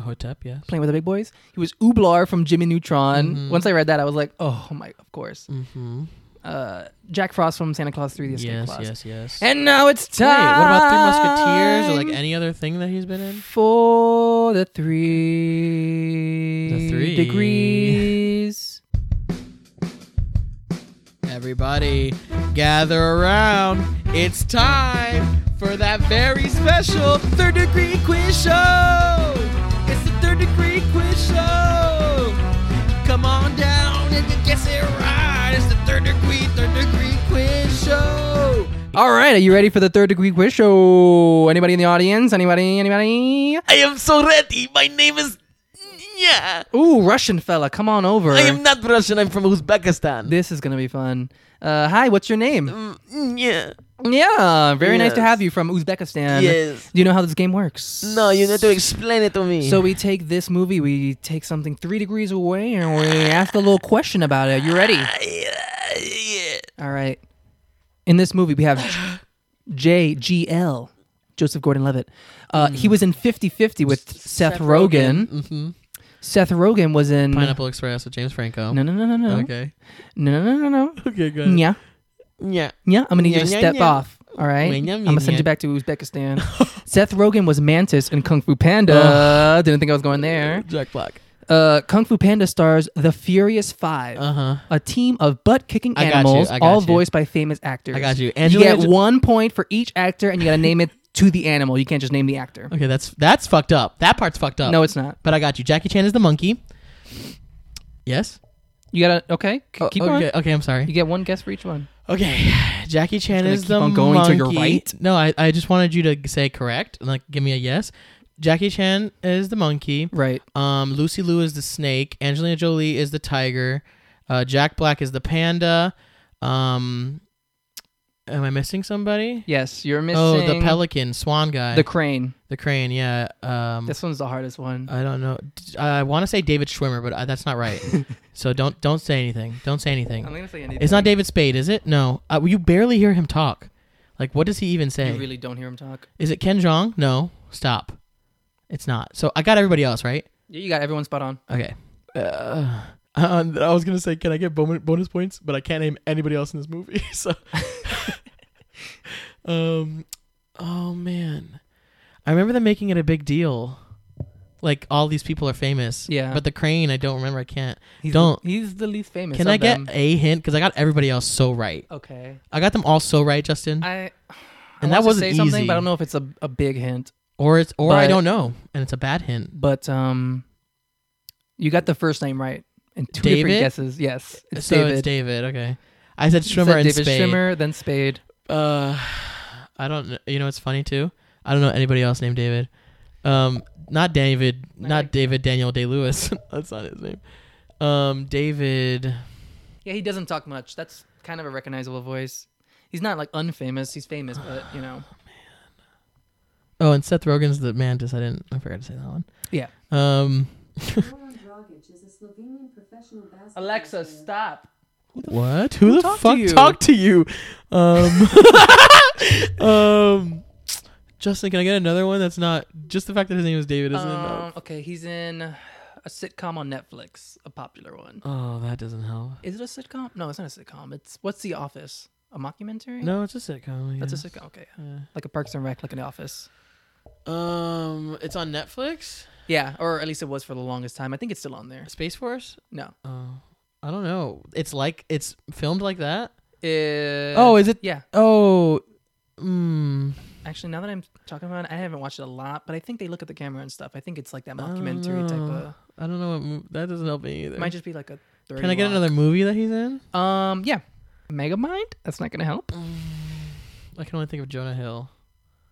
Speaker 1: Hotep, yes.
Speaker 2: playing with the big boys. He was Ublar from Jimmy Neutron.
Speaker 1: Mhm.
Speaker 2: Once I read that, I was like, oh my, of course.
Speaker 1: Mm-hmm.
Speaker 2: Uh, Jack Frost from Santa Claus 3, The Escape
Speaker 1: Yes,
Speaker 2: Clause.
Speaker 1: yes, yes.
Speaker 2: And now it's
Speaker 1: Wait, what
Speaker 2: time.
Speaker 1: about Three Musketeers or like any other thing that he's been in?
Speaker 2: for the three,
Speaker 1: The three.
Speaker 2: degrees.
Speaker 1: Everybody, gather around. It's time for that very special third degree quiz show. It's the third degree quiz show. Come on down and guess it right. It's the third degree, third degree quiz show.
Speaker 2: All right, are you ready for the third degree quiz show? Anybody in the audience? Anybody? Anybody?
Speaker 1: I am so ready. My name is. Yeah.
Speaker 2: Ooh, Russian fella, come on over.
Speaker 1: I am not Russian. I'm from Uzbekistan. Mm,
Speaker 2: this is gonna be fun. Uh, hi, what's your name?
Speaker 1: Yeah.
Speaker 2: Yeah, very nice to
Speaker 1: Yes.
Speaker 2: have you from Uzbekistan.
Speaker 1: Yes.
Speaker 2: Do you know how this game works?
Speaker 1: No, you need to explain it to me.
Speaker 2: So we take this movie, we take something three degrees away, and we ask a little question about it. You ready? All right. In this movie, we have J G L, Joseph Gordon-Levitt. Uh, He
Speaker 1: Hmm.
Speaker 2: was in 50-50 with Seth, Rogen.
Speaker 1: Mhm.
Speaker 2: Seth Rogen was in
Speaker 1: Pineapple Express with James Franco.
Speaker 2: No, no, no, no, no.
Speaker 1: Okay.
Speaker 2: No, no, no, no, no.
Speaker 1: Okay, good.
Speaker 2: Yeah,
Speaker 1: Yeah.
Speaker 2: yeah. I'm gonna need you to
Speaker 1: Nya, nya,
Speaker 2: step
Speaker 1: nya.
Speaker 2: off. All right.
Speaker 1: Nya, nya,
Speaker 2: I'm gonna send
Speaker 1: nya.
Speaker 2: you back to Uzbekistan. Seth Rogen was Mantis in Kung Fu Panda. Didn't think I was going there.
Speaker 1: Jack Black.
Speaker 2: Uh, Kung Fu Panda stars The Furious Five,
Speaker 1: Uh huh.
Speaker 2: a team of butt-kicking
Speaker 1: I got you,
Speaker 2: animals,
Speaker 1: I got
Speaker 2: all
Speaker 1: you.
Speaker 2: voiced by famous actors.
Speaker 1: I got you.
Speaker 2: you
Speaker 1: Angela.
Speaker 2: get one point for each actor, and you gotta name it to the animal. You can't just name the actor.
Speaker 1: okay, that's that's fucked up. That part's fucked up.
Speaker 2: No, it's not.
Speaker 1: but I got you. Jackie Chan is the monkey. Yes.
Speaker 2: You gotta okay. c-
Speaker 1: Oh,
Speaker 2: keep
Speaker 1: okay.
Speaker 2: going.
Speaker 1: Okay, I'm
Speaker 2: You
Speaker 1: sorry.
Speaker 2: get one guess for each one.
Speaker 1: Okay, Jackie Chan
Speaker 2: gonna
Speaker 1: is
Speaker 2: keep
Speaker 1: the
Speaker 2: on going
Speaker 1: monkey.
Speaker 2: till you're right.
Speaker 1: No, I, I just wanted you to say correct. and, Like, give me a yes. Jackie Chan is the monkey.
Speaker 2: Right.
Speaker 1: Um, Lucy Liu is the snake. Angelina Jolie is the tiger. Uh, Jack Black is the panda. Um, am I missing somebody?
Speaker 2: Yes, you're missing.
Speaker 1: Oh, the pelican, swan guy,
Speaker 2: The
Speaker 1: the,
Speaker 2: crane.
Speaker 1: crane. Yeah. Um,
Speaker 2: This one's the hardest one.
Speaker 1: I don't know. D- I want to say David Schwimmer, but uh that's not right. so don't don't say anything. Don't say
Speaker 2: I'm
Speaker 1: anything.
Speaker 2: gonna say anything.
Speaker 1: It's not David Spade, is it? No. Uh, you barely hear him talk. Like, what does he even say?
Speaker 2: You really don't hear him talk.
Speaker 1: is it Ken Jeong? No. Stop. It's not. So I got everybody else right.
Speaker 2: Yeah, you got everyone spot on.
Speaker 1: Okay. Uh, um, I was gonna say, can I get bon- bonus points? But I can't name anybody else in this movie. So, um, oh man, I remember them making it a big deal. Like all these people are famous.
Speaker 2: Yeah.
Speaker 1: But the crane, I don't remember. I can't.
Speaker 2: He's
Speaker 1: Don't.
Speaker 2: The, he's the least famous.
Speaker 1: Can
Speaker 2: of
Speaker 1: I get
Speaker 2: them.
Speaker 1: a hint? Because I got everybody else so right.
Speaker 2: Okay.
Speaker 1: I got them all so right, Justin.
Speaker 2: I.
Speaker 1: and
Speaker 2: I
Speaker 1: that
Speaker 2: want to
Speaker 1: wasn't
Speaker 2: say
Speaker 1: easy.
Speaker 2: something, but I don't know if it's a, a big hint.
Speaker 1: Or it's or I
Speaker 2: But-
Speaker 1: don't know, and it's a bad hint.
Speaker 2: But um, you got the first name right and two
Speaker 1: David?
Speaker 2: different guesses. Yes, it's
Speaker 1: so
Speaker 2: David.
Speaker 1: it's David. Okay. I said
Speaker 2: You
Speaker 1: Schwimmer
Speaker 2: said
Speaker 1: and
Speaker 2: David
Speaker 1: Spade.
Speaker 2: Schwimmer, then Spade.
Speaker 1: Uh, I don't. kn- You know, it's funny too. I don't know anybody else named David. Um, not David. Not David Daniel Day Lewis. That's not his name. Um, David.
Speaker 2: Yeah, he doesn't talk much. That's kind of a recognizable voice. He's not like unfamous. He's famous, but you know.
Speaker 1: Oh, and Seth Rogen's the mantis. I didn't. I forgot to say that one.
Speaker 2: Yeah.
Speaker 1: Um,
Speaker 6: Goran Dragic is a Slovenian professional basketball
Speaker 2: Alexa,
Speaker 6: player.
Speaker 2: stop.
Speaker 1: what? Who, the
Speaker 2: talked to
Speaker 1: fuck
Speaker 2: you?
Speaker 1: talked to you? Um, um, Justin, can I get another one? That's not just the fact that his name is David, isn't
Speaker 2: Um,
Speaker 1: enough.
Speaker 2: okay, he's in a sitcom on Netflix, a popular one.
Speaker 1: Oh, that doesn't help.
Speaker 2: Is it a sitcom? No, it's not a sitcom. It's what's The Office? A mockumentary?
Speaker 1: No, it's a sitcom.
Speaker 2: that's
Speaker 1: yes.
Speaker 2: a sitcom. Okay, yeah. like a Parks and Rec, like an Office.
Speaker 1: Um, it's on Netflix.
Speaker 2: Yeah, or at least it was for the longest time. I think it's still on there.
Speaker 1: Space Force.
Speaker 2: No.
Speaker 1: Oh, I don't know. It's like it's filmed like that.
Speaker 2: Uh,
Speaker 1: oh, is it?
Speaker 2: yeah.
Speaker 1: Oh, mm,
Speaker 2: Actually, now that I'm talking about it, I haven't watched it a lot, but I think they look at the camera and stuff. I think it's like that
Speaker 1: don't
Speaker 2: mockumentary type
Speaker 1: know.
Speaker 2: of.
Speaker 1: I don't know. What mo- that doesn't help me either.
Speaker 2: It might just be like a. 30
Speaker 1: Oh, Can I get
Speaker 2: Rock.
Speaker 1: another Mm, movie that he's in?
Speaker 2: Um, yeah. Megamind? That's not gonna help.
Speaker 1: I can only think of Jonah Hill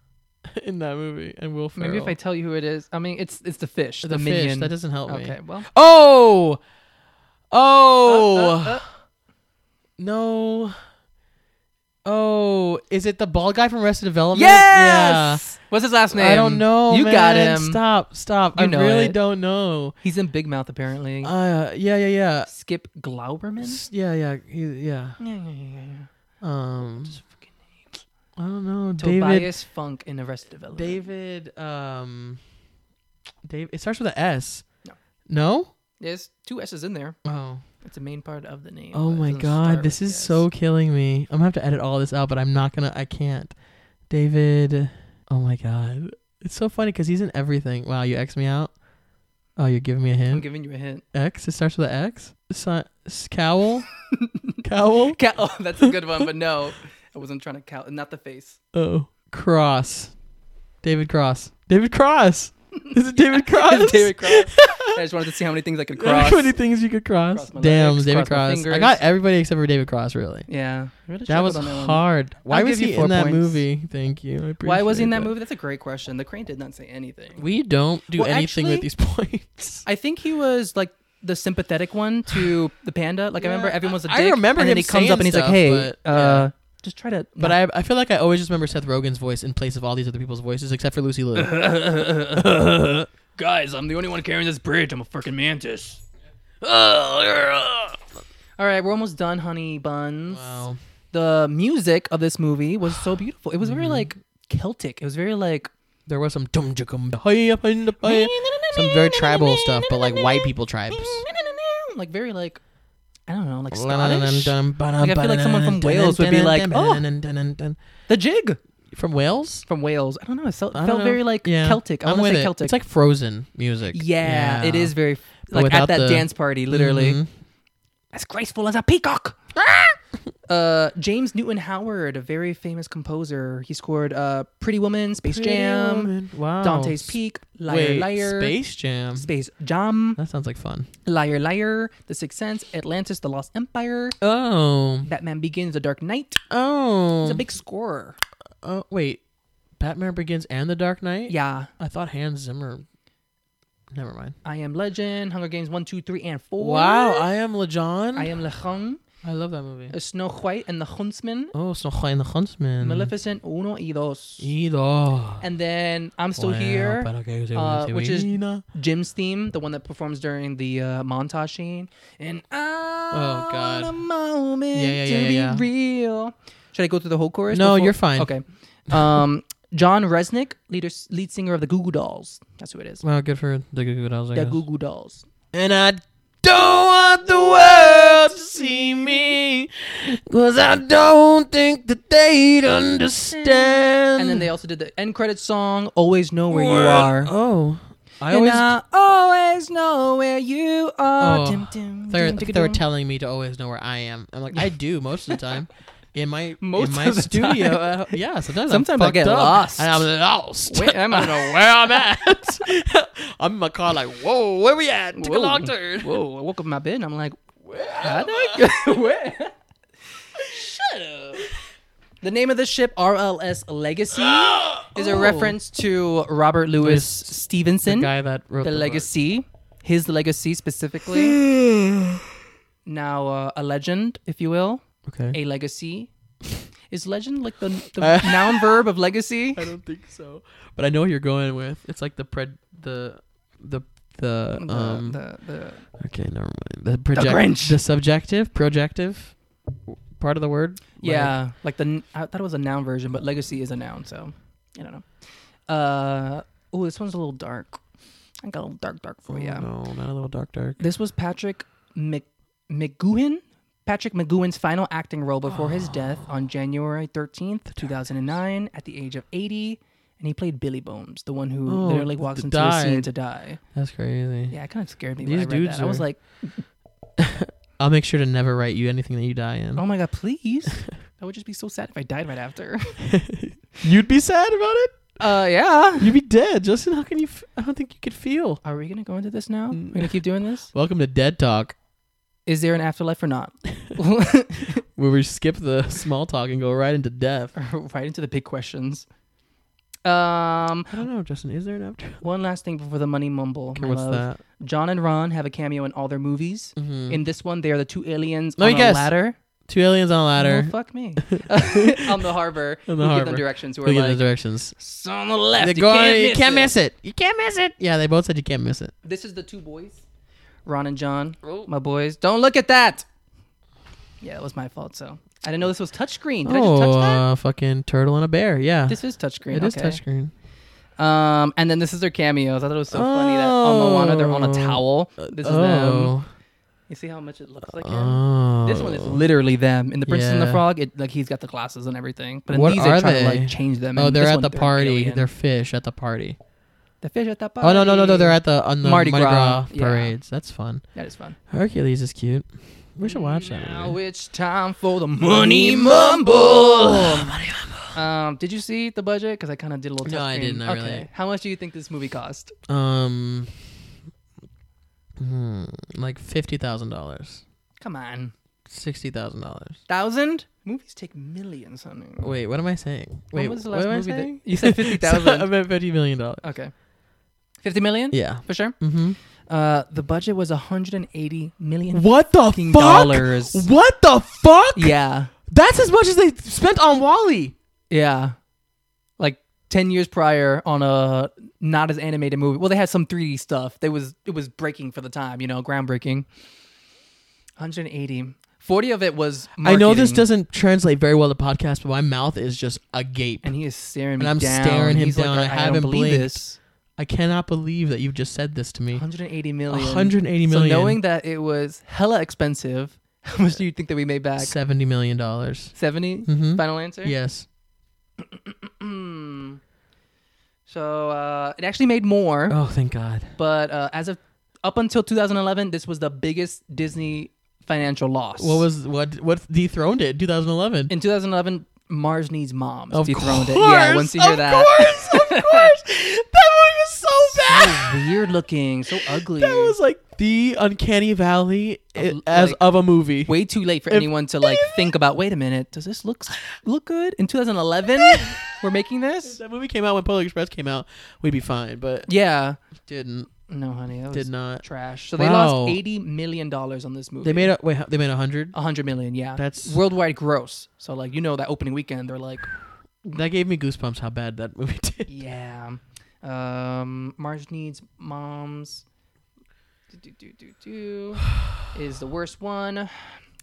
Speaker 1: in that movie and Will Ferrell.
Speaker 2: Maybe if I tell you who it is, I mean it's it's the fish, the,
Speaker 1: the, fish
Speaker 2: minion.
Speaker 1: that doesn't help me.
Speaker 2: okay, well.
Speaker 1: Oh, oh
Speaker 2: Uh, uh, uh.
Speaker 1: no. Oh, is it the bald guy from Arrested Development? Yeah.
Speaker 2: Yes. What's his last name?
Speaker 1: I don't know.
Speaker 2: You
Speaker 1: man.
Speaker 2: got him.
Speaker 1: Stop, stop.
Speaker 2: You
Speaker 1: I
Speaker 2: know
Speaker 1: really
Speaker 2: it.
Speaker 1: don't know.
Speaker 2: He's in Big Mouth apparently.
Speaker 1: Uh, yeah, yeah, yeah,
Speaker 2: Skip Glauberman.
Speaker 1: S- yeah, yeah, he, yeah.
Speaker 2: Yeah, yeah, yeah, yeah, yeah.
Speaker 1: Um,
Speaker 2: fucking
Speaker 1: I don't know, David.
Speaker 2: Tobias Funk in Arrested Development.
Speaker 1: David. Um, Dave. It starts with a S.
Speaker 2: No.
Speaker 1: No.
Speaker 2: There's two S's in there.
Speaker 1: Oh.
Speaker 2: It's a main part of the name.
Speaker 1: Oh
Speaker 2: but it
Speaker 1: my
Speaker 2: doesn't start
Speaker 1: God, this
Speaker 2: with
Speaker 1: is
Speaker 2: the S.
Speaker 1: so killing me. I'm gonna have to edit all this out, but I'm not gonna. I can't. David. Oh my God. It's so funny because he's in everything. Wow, you X me out. Oh, you're giving me a
Speaker 2: I'm
Speaker 1: hint.
Speaker 2: giving you a hint.
Speaker 1: X. It starts with an X. Si- s- cowl. cowl.
Speaker 2: Ca- oh, that's a good one, but no, I wasn't trying to count. Not the face.
Speaker 1: Oh, Cross. David Cross. David Cross. Is it David Cross?
Speaker 2: It's David Cross. I just wanted to see how many things I could cross.
Speaker 1: How many things you could cross?
Speaker 2: Cross my
Speaker 1: Damn,
Speaker 2: legs,
Speaker 1: David
Speaker 2: cross my
Speaker 1: Cross. I
Speaker 2: fingers.
Speaker 1: got everybody except for David Cross. Really,
Speaker 2: Yeah, really
Speaker 1: that
Speaker 2: struggled
Speaker 1: was
Speaker 2: on one.
Speaker 1: hard. Why
Speaker 2: I'll
Speaker 1: was
Speaker 2: give you
Speaker 1: he
Speaker 2: four
Speaker 1: in that
Speaker 2: points.
Speaker 1: movie? Thank you. I
Speaker 2: Why was he in that
Speaker 1: appreciate
Speaker 2: movie? That's a great question. The crane did not say anything.
Speaker 1: We don't do
Speaker 2: Well,
Speaker 1: anything with
Speaker 2: actually-
Speaker 1: these points.
Speaker 2: I think he was like the sympathetic one to the panda. Like I remember
Speaker 1: Yeah,
Speaker 2: everyone's a
Speaker 1: I- I
Speaker 2: dick.
Speaker 1: remember
Speaker 2: and
Speaker 1: him
Speaker 2: then he comes
Speaker 1: saying
Speaker 2: up and he's
Speaker 1: stuff,
Speaker 2: like, "Hey,
Speaker 1: but,
Speaker 2: uh, just try to."
Speaker 1: But I, I feel like I always just remember Seth Rogen's voice in place of all these other people's voices, except for Lucy Liu.
Speaker 2: guys, I'm the only one carrying this bridge. I'm a freaking mantis. All right, we're almost done, honey buns.
Speaker 1: wow.
Speaker 2: The music of this movie was so beautiful. It was
Speaker 1: Mm-hmm.
Speaker 2: very like Celtic. It was very like
Speaker 1: There was some dum jickum hi up in the fire. Oh, some very tribal stuff, but like white people tribes.
Speaker 2: like very like I don't know, like Scottish.
Speaker 1: Like
Speaker 2: I feel like someone from Wales would be like,
Speaker 1: oh.
Speaker 2: The jig
Speaker 1: From Wales?
Speaker 2: from Wales. I don't know. It felt,
Speaker 1: I don't
Speaker 2: felt
Speaker 1: know.
Speaker 2: very like
Speaker 1: Yeah.
Speaker 2: Celtic. I
Speaker 1: I'm
Speaker 2: want to
Speaker 1: with
Speaker 2: say
Speaker 1: it.
Speaker 2: Celtic.
Speaker 1: It's like Frozen music.
Speaker 2: yeah, it is very
Speaker 1: But
Speaker 2: like
Speaker 1: without
Speaker 2: at that
Speaker 1: the-
Speaker 2: dance party, literally
Speaker 1: Mhm.
Speaker 2: as graceful as a peacock. uh, James Newton Howard, a very famous composer. He scored uh, Pretty Woman, Space
Speaker 1: Pretty
Speaker 2: Jam,
Speaker 1: Woman. Wow.
Speaker 2: Dante's Peak, Liar
Speaker 1: Wait,
Speaker 2: Liar,
Speaker 1: Space Jam.
Speaker 2: Space Jam,
Speaker 1: That sounds like fun.
Speaker 2: Liar Liar, The Sixth Sense, Atlantis, The Lost Empire,
Speaker 1: Oh.
Speaker 2: Batman Begins, The Dark Knight.
Speaker 1: Oh.
Speaker 2: He's a big scorer.
Speaker 1: Oh, wait. Batman Begins and The Dark Knight?
Speaker 2: Yeah.
Speaker 1: I thought Hans Zimmer. Never mind.
Speaker 2: I Am Legend, Hunger Games 1, 2, 3, and 4.
Speaker 1: Wow, I am LeJon.
Speaker 2: I Am Lechon,
Speaker 1: I love that movie.
Speaker 2: Snow White and the Huntsman,
Speaker 1: Oh, Snow in the Huntsman.
Speaker 2: Maleficent Uno y Dos.
Speaker 1: Edo.
Speaker 2: And then I'm Still Here, uh, which is Jim's theme, the one that performs during the uh, montage scene. And I
Speaker 1: Oh, God.
Speaker 2: want a moment
Speaker 1: Yeah, yeah,
Speaker 2: to
Speaker 1: yeah, yeah.
Speaker 2: be real. Should I go through the whole chorus?
Speaker 1: No, you're fine.
Speaker 2: Okay. Um, John Resnick, leader, lead singer of the Goo Goo Dolls. That's who it is.
Speaker 1: Well, good for the Goo Goo Dolls. I
Speaker 2: The
Speaker 1: guess.
Speaker 2: Goo Goo Dolls.
Speaker 1: And I don't want the world to see me. Cause I don't think that they'd understand.
Speaker 2: And um, then they also did the end credit song, Always Know Where You Are.
Speaker 1: Oh. I always-
Speaker 2: I always know where you are.
Speaker 1: Oh,
Speaker 2: Dim, dim,
Speaker 1: They were,
Speaker 2: dim,
Speaker 1: they were
Speaker 2: dim.
Speaker 1: telling me to always know where I am. I'm like, I do most of the time. In my
Speaker 2: Most
Speaker 1: in my
Speaker 2: of the
Speaker 1: studio,
Speaker 2: time.
Speaker 1: Uh, yeah. Sometimes
Speaker 2: Sometimes
Speaker 1: i
Speaker 2: I get lost.
Speaker 1: And I'm lost.
Speaker 2: Wait, I'm
Speaker 1: I don't
Speaker 2: a-
Speaker 1: know where I'm at. I'm in my car, like, whoa, where we at? Took
Speaker 2: Whoa.
Speaker 1: a long turn.
Speaker 2: Whoa, I woke up in my bed and I'm like, where? am I go- where?
Speaker 1: Shut up.
Speaker 2: The name of the ship, RLS Legacy, is a reference to Robert Louis
Speaker 1: This- The
Speaker 2: Stevenson, the,
Speaker 1: guy that wrote the,
Speaker 2: Legacy, his Legacy specifically. now, uh, a legend, if you will,
Speaker 1: book. Okay.
Speaker 2: a legacy. Is legend like the, the
Speaker 1: Uh,
Speaker 2: noun verb of legacy?
Speaker 1: I don't think so. But I know what you're going with. It's like the pred the the the
Speaker 2: The-
Speaker 1: um
Speaker 2: the- the-
Speaker 1: okay never mind the project
Speaker 2: Grinch.
Speaker 1: the subjective projective w- part of the word
Speaker 2: yeah, like the n- I thought it was a noun version, but legacy is a noun, so I don't know. Uh, oh, this one's a little dark. I got a little dark, dark for
Speaker 1: Like,
Speaker 2: you.
Speaker 1: oh, no not a little dark dark
Speaker 2: This was Patrick Mc- McGoohan. Patrick McGoohan's final acting role before
Speaker 1: Ah.
Speaker 2: his death on January 13th, 2009, at the age of 80. And he played Billy Bones, the one who
Speaker 1: Oh,
Speaker 2: literally walks
Speaker 1: th-
Speaker 2: into a scene
Speaker 1: died.
Speaker 2: to die.
Speaker 1: that's crazy
Speaker 2: Yeah, it kind of scared me
Speaker 1: These
Speaker 2: when I read
Speaker 1: dudes
Speaker 2: that. I was
Speaker 1: are-
Speaker 2: like,
Speaker 1: I'll make sure to never write you anything that you die in
Speaker 2: oh my God, please. That would just be so sad if I died right after.
Speaker 1: you'd be sad about it
Speaker 2: Uh, yeah.
Speaker 1: you'd be dead Justin how can you f- I don't think you could feel
Speaker 2: Are we going to go into this now?
Speaker 1: Mm.
Speaker 2: We're going to keep doing this?
Speaker 1: welcome to dead talk
Speaker 2: Is there an afterlife or not?
Speaker 1: where we skip the small talk and go right into death
Speaker 2: right into the big questions. Um,
Speaker 1: I don't know Justin is there an after
Speaker 2: One last thing before the money mumble.
Speaker 1: okay,
Speaker 2: Oh my
Speaker 1: what's
Speaker 2: love.
Speaker 1: that
Speaker 2: John and Ron have a cameo in all their movies.
Speaker 1: Mhm.
Speaker 2: In this one, they are the two aliens
Speaker 1: Let
Speaker 2: on
Speaker 1: me
Speaker 2: a
Speaker 1: guess.
Speaker 2: ladder.
Speaker 1: two aliens on a ladder
Speaker 2: Oh, fuck me. on the harbor.
Speaker 1: On the
Speaker 2: who give them
Speaker 1: harbor.
Speaker 2: directions. Who are
Speaker 1: We'll get the
Speaker 2: like,
Speaker 1: directions.
Speaker 2: "It's on the left.
Speaker 1: They're
Speaker 2: you
Speaker 1: going-
Speaker 2: can't, miss, it."
Speaker 1: it. You can't miss it. Yeah, they both said you can't miss it.
Speaker 2: This is the two boys, Ron and John. My boys, don't look at that. Yeah, that was my fault. So I didn't know this was touchscreen. Did I just touch
Speaker 1: oh,
Speaker 2: that?
Speaker 1: uh, fucking turtle and a bear. Yeah,
Speaker 2: This is touchscreen.
Speaker 1: it is
Speaker 2: okay.
Speaker 1: touchscreen.
Speaker 2: Um, and then this is their cameos. I thought it was so funny that on Moana they're on a
Speaker 1: Oh.
Speaker 2: towel. Uh, This is them.
Speaker 1: oh,
Speaker 2: You see how much it looks like him?
Speaker 1: oh.
Speaker 2: This one is literally them. In the Princess and the
Speaker 1: Yeah.
Speaker 2: Frog, it like he's got the glasses and everything. But in
Speaker 1: What
Speaker 2: these, they
Speaker 1: are
Speaker 2: try to
Speaker 1: they?
Speaker 2: like change them.
Speaker 1: Oh,
Speaker 2: and
Speaker 1: they're
Speaker 2: this
Speaker 1: at
Speaker 2: one,
Speaker 1: the
Speaker 2: an
Speaker 1: party.
Speaker 2: alien.
Speaker 1: They're fish at the party.
Speaker 2: the fish at that party.
Speaker 1: Oh no no no no! They're at the on the
Speaker 2: Mardi
Speaker 1: Mardi,
Speaker 2: Gras,
Speaker 1: Gras,
Speaker 2: yeah.
Speaker 1: parades. That's fun.
Speaker 2: that is fun.
Speaker 1: Hercules is cute. We should watch that.
Speaker 2: Now
Speaker 1: movie.
Speaker 2: it's time for the money mumble. Um, did you see the budget? Because I kind of did a little.
Speaker 1: Oh, No, I
Speaker 2: touchscreen.
Speaker 1: didn't, I
Speaker 2: okay.
Speaker 1: really-
Speaker 2: How much do you think this movie cost?
Speaker 1: Um, hmm, like fifty thousand dollars,
Speaker 2: Come on,
Speaker 1: sixty thousand dollars.
Speaker 2: thousand. Movies take millions, honey.
Speaker 1: Wait, what am I saying?
Speaker 2: When
Speaker 1: Wait,
Speaker 2: was the
Speaker 1: what
Speaker 2: last
Speaker 1: am I
Speaker 2: movie that-
Speaker 1: saying?
Speaker 2: You said 50,000.
Speaker 1: I meant fifty million dollars.
Speaker 2: Okay, fifty million.
Speaker 1: Yeah.
Speaker 2: for sure.
Speaker 1: Mm-hmm.
Speaker 2: Uh, the budget was 180 million
Speaker 1: What the
Speaker 2: fucking
Speaker 1: fuck?
Speaker 2: dollars.
Speaker 1: What the fuck?
Speaker 2: Yeah,
Speaker 1: That's as much as they spent on Wally.
Speaker 2: yeah. Like ten years prior on a not as animated movie. Well, they had some 3D stuff. They was it was breaking for the time, you know, groundbreaking. 180. 40 of it was.
Speaker 1: I know this
Speaker 2: marketing,
Speaker 1: doesn't translate very well to podcast, but my mouth is just agape.
Speaker 2: And he is staring me
Speaker 1: And I'm
Speaker 2: down.
Speaker 1: staring him
Speaker 2: He's
Speaker 1: down.
Speaker 2: Like,
Speaker 1: I
Speaker 2: don't
Speaker 1: haven't
Speaker 2: believe
Speaker 1: blinked.
Speaker 2: this.
Speaker 1: I cannot believe that you've just said this to me.
Speaker 2: 180 million.
Speaker 1: 180
Speaker 2: So
Speaker 1: million.
Speaker 2: knowing that it was hella expensive, how much do you think that we made back?
Speaker 1: Seventy million dollars.
Speaker 2: 70.
Speaker 1: Mm-hmm.
Speaker 2: Final answer.
Speaker 1: Yes.
Speaker 2: Hmm. So uh, it actually made more,
Speaker 1: Oh, thank God.
Speaker 2: but uh, as of up until 2011, this was the biggest Disney financial loss.
Speaker 1: What was what what dethroned it? 2011.
Speaker 2: in 2011? Mars needs moms.
Speaker 1: Of
Speaker 2: dethroned it.
Speaker 1: course,
Speaker 2: Yeah, once you hear
Speaker 1: of
Speaker 2: that,
Speaker 1: course, of course, that movie was so bad.
Speaker 2: so weird looking, so ugly.
Speaker 1: That was like the uncanny valley i-
Speaker 2: Of,
Speaker 1: as
Speaker 2: like,
Speaker 1: of a movie.
Speaker 2: way too late for anyone to like think about. Wait a minute, does this look look good in 2011? we're making
Speaker 1: If
Speaker 2: this.
Speaker 1: that movie came out when Polar Express came out, we'd be fine, but
Speaker 2: Yeah.
Speaker 1: didn't
Speaker 2: No, honey, that was
Speaker 1: did not.
Speaker 2: trash. So they
Speaker 1: Wow.
Speaker 2: lost 80 million dollars on this movie.
Speaker 1: They made a wait. They made a hundred.
Speaker 2: 100 million yeah
Speaker 1: That's-
Speaker 2: worldwide gross so like you know that opening weekend they're like
Speaker 1: That gave me goosebumps. How bad that movie did.
Speaker 2: yeah um marge needs moms do, do, do, do, do, is the worst one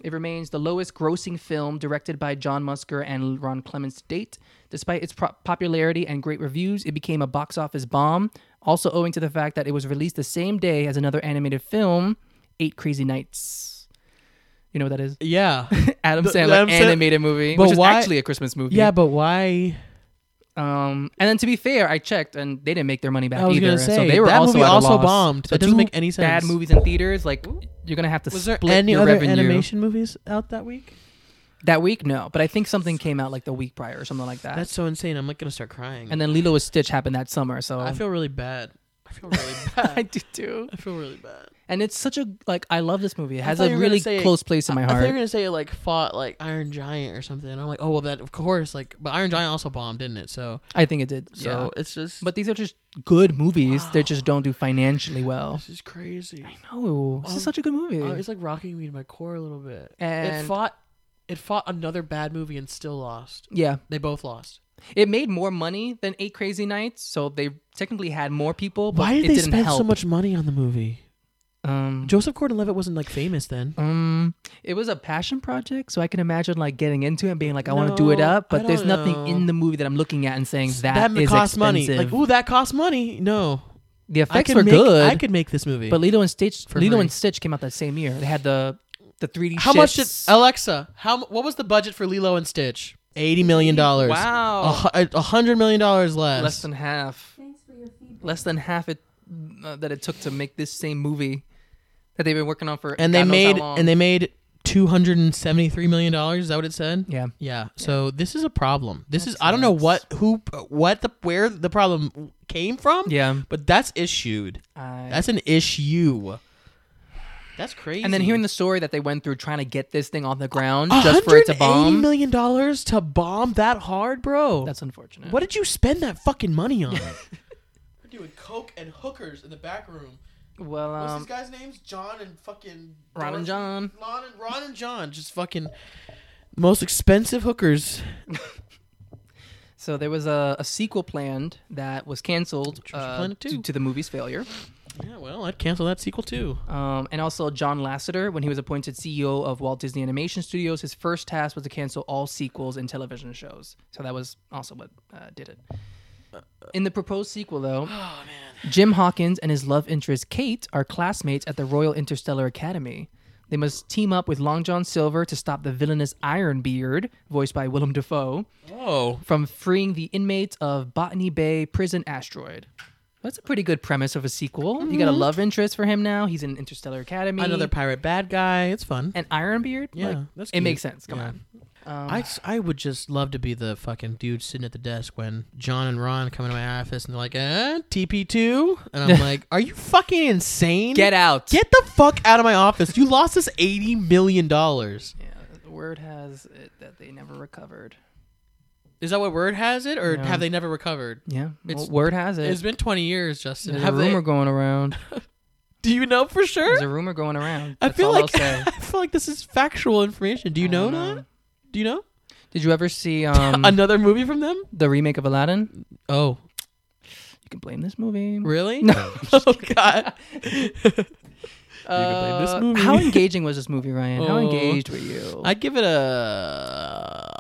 Speaker 2: it remains the lowest grossing film directed by john musker and ron clements to date despite its pro- popularity and great reviews it became a box office bomb also owing to the fact that it was released the same day as another animated film eight crazy nights you know what that is
Speaker 1: Yeah,
Speaker 2: Adam
Speaker 1: The- the
Speaker 2: Sandler
Speaker 1: Adam Sand-
Speaker 2: animated movie,
Speaker 1: But
Speaker 2: which is
Speaker 1: why-
Speaker 2: actually a Christmas movie.
Speaker 1: yeah, but why?
Speaker 2: Um, and then to be fair, I checked, and they didn't make their money back
Speaker 1: I was
Speaker 2: either.
Speaker 1: gonna
Speaker 2: and
Speaker 1: say,
Speaker 2: so they were
Speaker 1: that
Speaker 2: also
Speaker 1: movie
Speaker 2: at a
Speaker 1: also
Speaker 2: loss.
Speaker 1: bombed.
Speaker 2: So
Speaker 1: That doesn't
Speaker 2: two
Speaker 1: make any sense.
Speaker 2: Bad movies in theaters, like you're gonna have to
Speaker 1: Was there
Speaker 2: split
Speaker 1: any
Speaker 2: your
Speaker 1: other
Speaker 2: revenue.
Speaker 1: animation movies out that week?
Speaker 2: that week? No, but I think something came out like the week prior or something like that.
Speaker 1: That's so insane. I'm like gonna start crying.
Speaker 2: and then Lilo and Stitch happened that summer. So
Speaker 1: I feel really bad. I feel really
Speaker 2: I
Speaker 1: bad.
Speaker 2: do too.
Speaker 1: I feel really bad.
Speaker 2: And it's such a like I love this movie. It
Speaker 1: I
Speaker 2: has
Speaker 1: thought you
Speaker 2: a
Speaker 1: were gonna
Speaker 2: really
Speaker 1: say-
Speaker 2: close place in my
Speaker 1: I- I thought you were
Speaker 2: heart.
Speaker 1: gonna say it like fought like Iron Giant or something. I'm like, oh well, that of course. Like, but Iron Giant also bombed, didn't it? So,
Speaker 2: I think it did.
Speaker 1: so
Speaker 2: So,
Speaker 1: it's just,
Speaker 2: but these are just good movies. They just don't do financially well.
Speaker 1: this is crazy.
Speaker 2: No, this
Speaker 1: Um,
Speaker 2: is such a good movie.
Speaker 1: Uh, it's like rocking me to my core a little bit. it
Speaker 2: And-
Speaker 1: fought, it fought another bad movie and still lost.
Speaker 2: yeah,
Speaker 1: They both lost.
Speaker 2: it made more money than Eight Crazy Nights, so they technically had more people. But it didn't help.
Speaker 1: money on the movie?
Speaker 2: Um,
Speaker 1: Joseph Gordon-Levitt wasn't like famous then.
Speaker 2: um, it was a passion project, so I can imagine like getting into it and being like, I want to do it
Speaker 1: No,
Speaker 2: up,
Speaker 1: I
Speaker 2: but there's
Speaker 1: don't
Speaker 2: nothing
Speaker 1: know.
Speaker 2: in the movie that I'm looking at and saying that
Speaker 1: m-
Speaker 2: is
Speaker 1: costs money.
Speaker 2: expensive.
Speaker 1: Like, ooh, that costs money. No,
Speaker 2: the
Speaker 1: I
Speaker 2: effects
Speaker 1: could
Speaker 2: were
Speaker 1: make,
Speaker 2: good.
Speaker 1: I could make this movie.
Speaker 2: But Lilo and Stitch,
Speaker 1: For
Speaker 2: Lilo
Speaker 1: free.
Speaker 2: and Stitch came out that same year. They had the the 3D.
Speaker 1: How much did
Speaker 2: ships.
Speaker 1: Alexa? How mu- what was the budget for Lilo and Stitch? Eighty million dollars.
Speaker 2: Wow.
Speaker 1: a, hu- a hundred million dollars less.
Speaker 2: less than half?
Speaker 6: Thanks for your feedback.
Speaker 2: Less than half it uh, that it took to make this same movie that they've been working on for.
Speaker 1: and they
Speaker 2: God knows how
Speaker 1: made
Speaker 2: long.
Speaker 1: and they made two hundred and seventy three million dollars. Is that what it said?
Speaker 2: yeah.
Speaker 1: Yeah. So this is a problem. This is
Speaker 2: That
Speaker 1: I don't know
Speaker 2: sucks.
Speaker 1: what who what the where the problem came from.
Speaker 2: Yeah.
Speaker 1: But that's issued.
Speaker 2: I-
Speaker 1: That's an issue. That's crazy.
Speaker 2: and then hearing the story that they went through trying to get this thing off the ground just for it to bomb.
Speaker 1: million dollars to bomb that hard, bro.
Speaker 2: That's unfortunate.
Speaker 1: What did you spend that fucking money on? We're doing coke and hookers in the back room.
Speaker 2: Well,
Speaker 1: What's
Speaker 2: um,
Speaker 1: these guys' names? John and fucking
Speaker 2: Ron and John.
Speaker 1: Ron and Ron and John, just fucking most expensive hookers.
Speaker 2: So there was a, a sequel planned that was canceled
Speaker 1: Treasure
Speaker 2: uh,
Speaker 1: Planet
Speaker 2: due
Speaker 1: 2.
Speaker 2: to the movie's failure.
Speaker 1: Yeah, well, I'd cancel that sequel too.
Speaker 2: Um, and also John Lasseter, when he was appointed CEO of Walt Disney Animation Studios, his first task was to cancel all sequels and television shows. So that was also what uh, did it. In the proposed sequel, though, Jim Hawkins and his love interest Kate are classmates at the Royal Interstellar Academy. They must team up with Long John Silver to stop the villainous Ironbeard, voiced by Willem Dafoe,
Speaker 1: Whoa.
Speaker 2: from freeing the inmates of Botany Bay Prison Asteroid. That's a pretty good premise of a sequel. You got a love interest for him now. He's in Interstellar Academy.
Speaker 1: Mm-hmm. Another pirate bad guy. It's fun.
Speaker 2: and Ironbeard.
Speaker 1: yeah,
Speaker 2: like,
Speaker 1: that's
Speaker 2: it
Speaker 1: cute.
Speaker 2: makes sense. Come
Speaker 1: Yeah.
Speaker 2: on. Um,
Speaker 1: I, s- I would just love to be the fucking dude sitting at the desk when John and Ron come into my office and they're like, eh, TP2? And I'm like, are you fucking insane?
Speaker 2: Get out.
Speaker 1: Get the fuck out of my office. You lost us $80 million. Is
Speaker 2: Yeah, the word has it that they never recovered.
Speaker 1: that what Word has it? Or
Speaker 2: No.
Speaker 1: have they never recovered?
Speaker 2: Yeah,
Speaker 1: It's-
Speaker 2: well, word has it.
Speaker 1: It's been 20 years, Justin.
Speaker 2: There's
Speaker 1: Have
Speaker 2: a
Speaker 1: they-
Speaker 2: rumor going around.
Speaker 1: do you know for
Speaker 2: There's
Speaker 1: sure?
Speaker 2: a rumor going around.
Speaker 1: I
Speaker 2: That's
Speaker 1: feel
Speaker 2: all
Speaker 1: like
Speaker 2: I'll say.
Speaker 1: I feel like this is factual information. Do you
Speaker 2: I
Speaker 1: know
Speaker 2: don't know.
Speaker 1: that? Do you know?
Speaker 2: Did you ever see um,
Speaker 1: Another movie from them?
Speaker 2: the remake of Aladdin?
Speaker 1: Oh,
Speaker 2: You can blame this movie.
Speaker 1: really? No. oh god. blame this
Speaker 2: Uh,
Speaker 1: movie.
Speaker 2: How engaging was this movie, Ryan? How
Speaker 1: Oh.
Speaker 2: engaged were you?
Speaker 1: I'd give it a.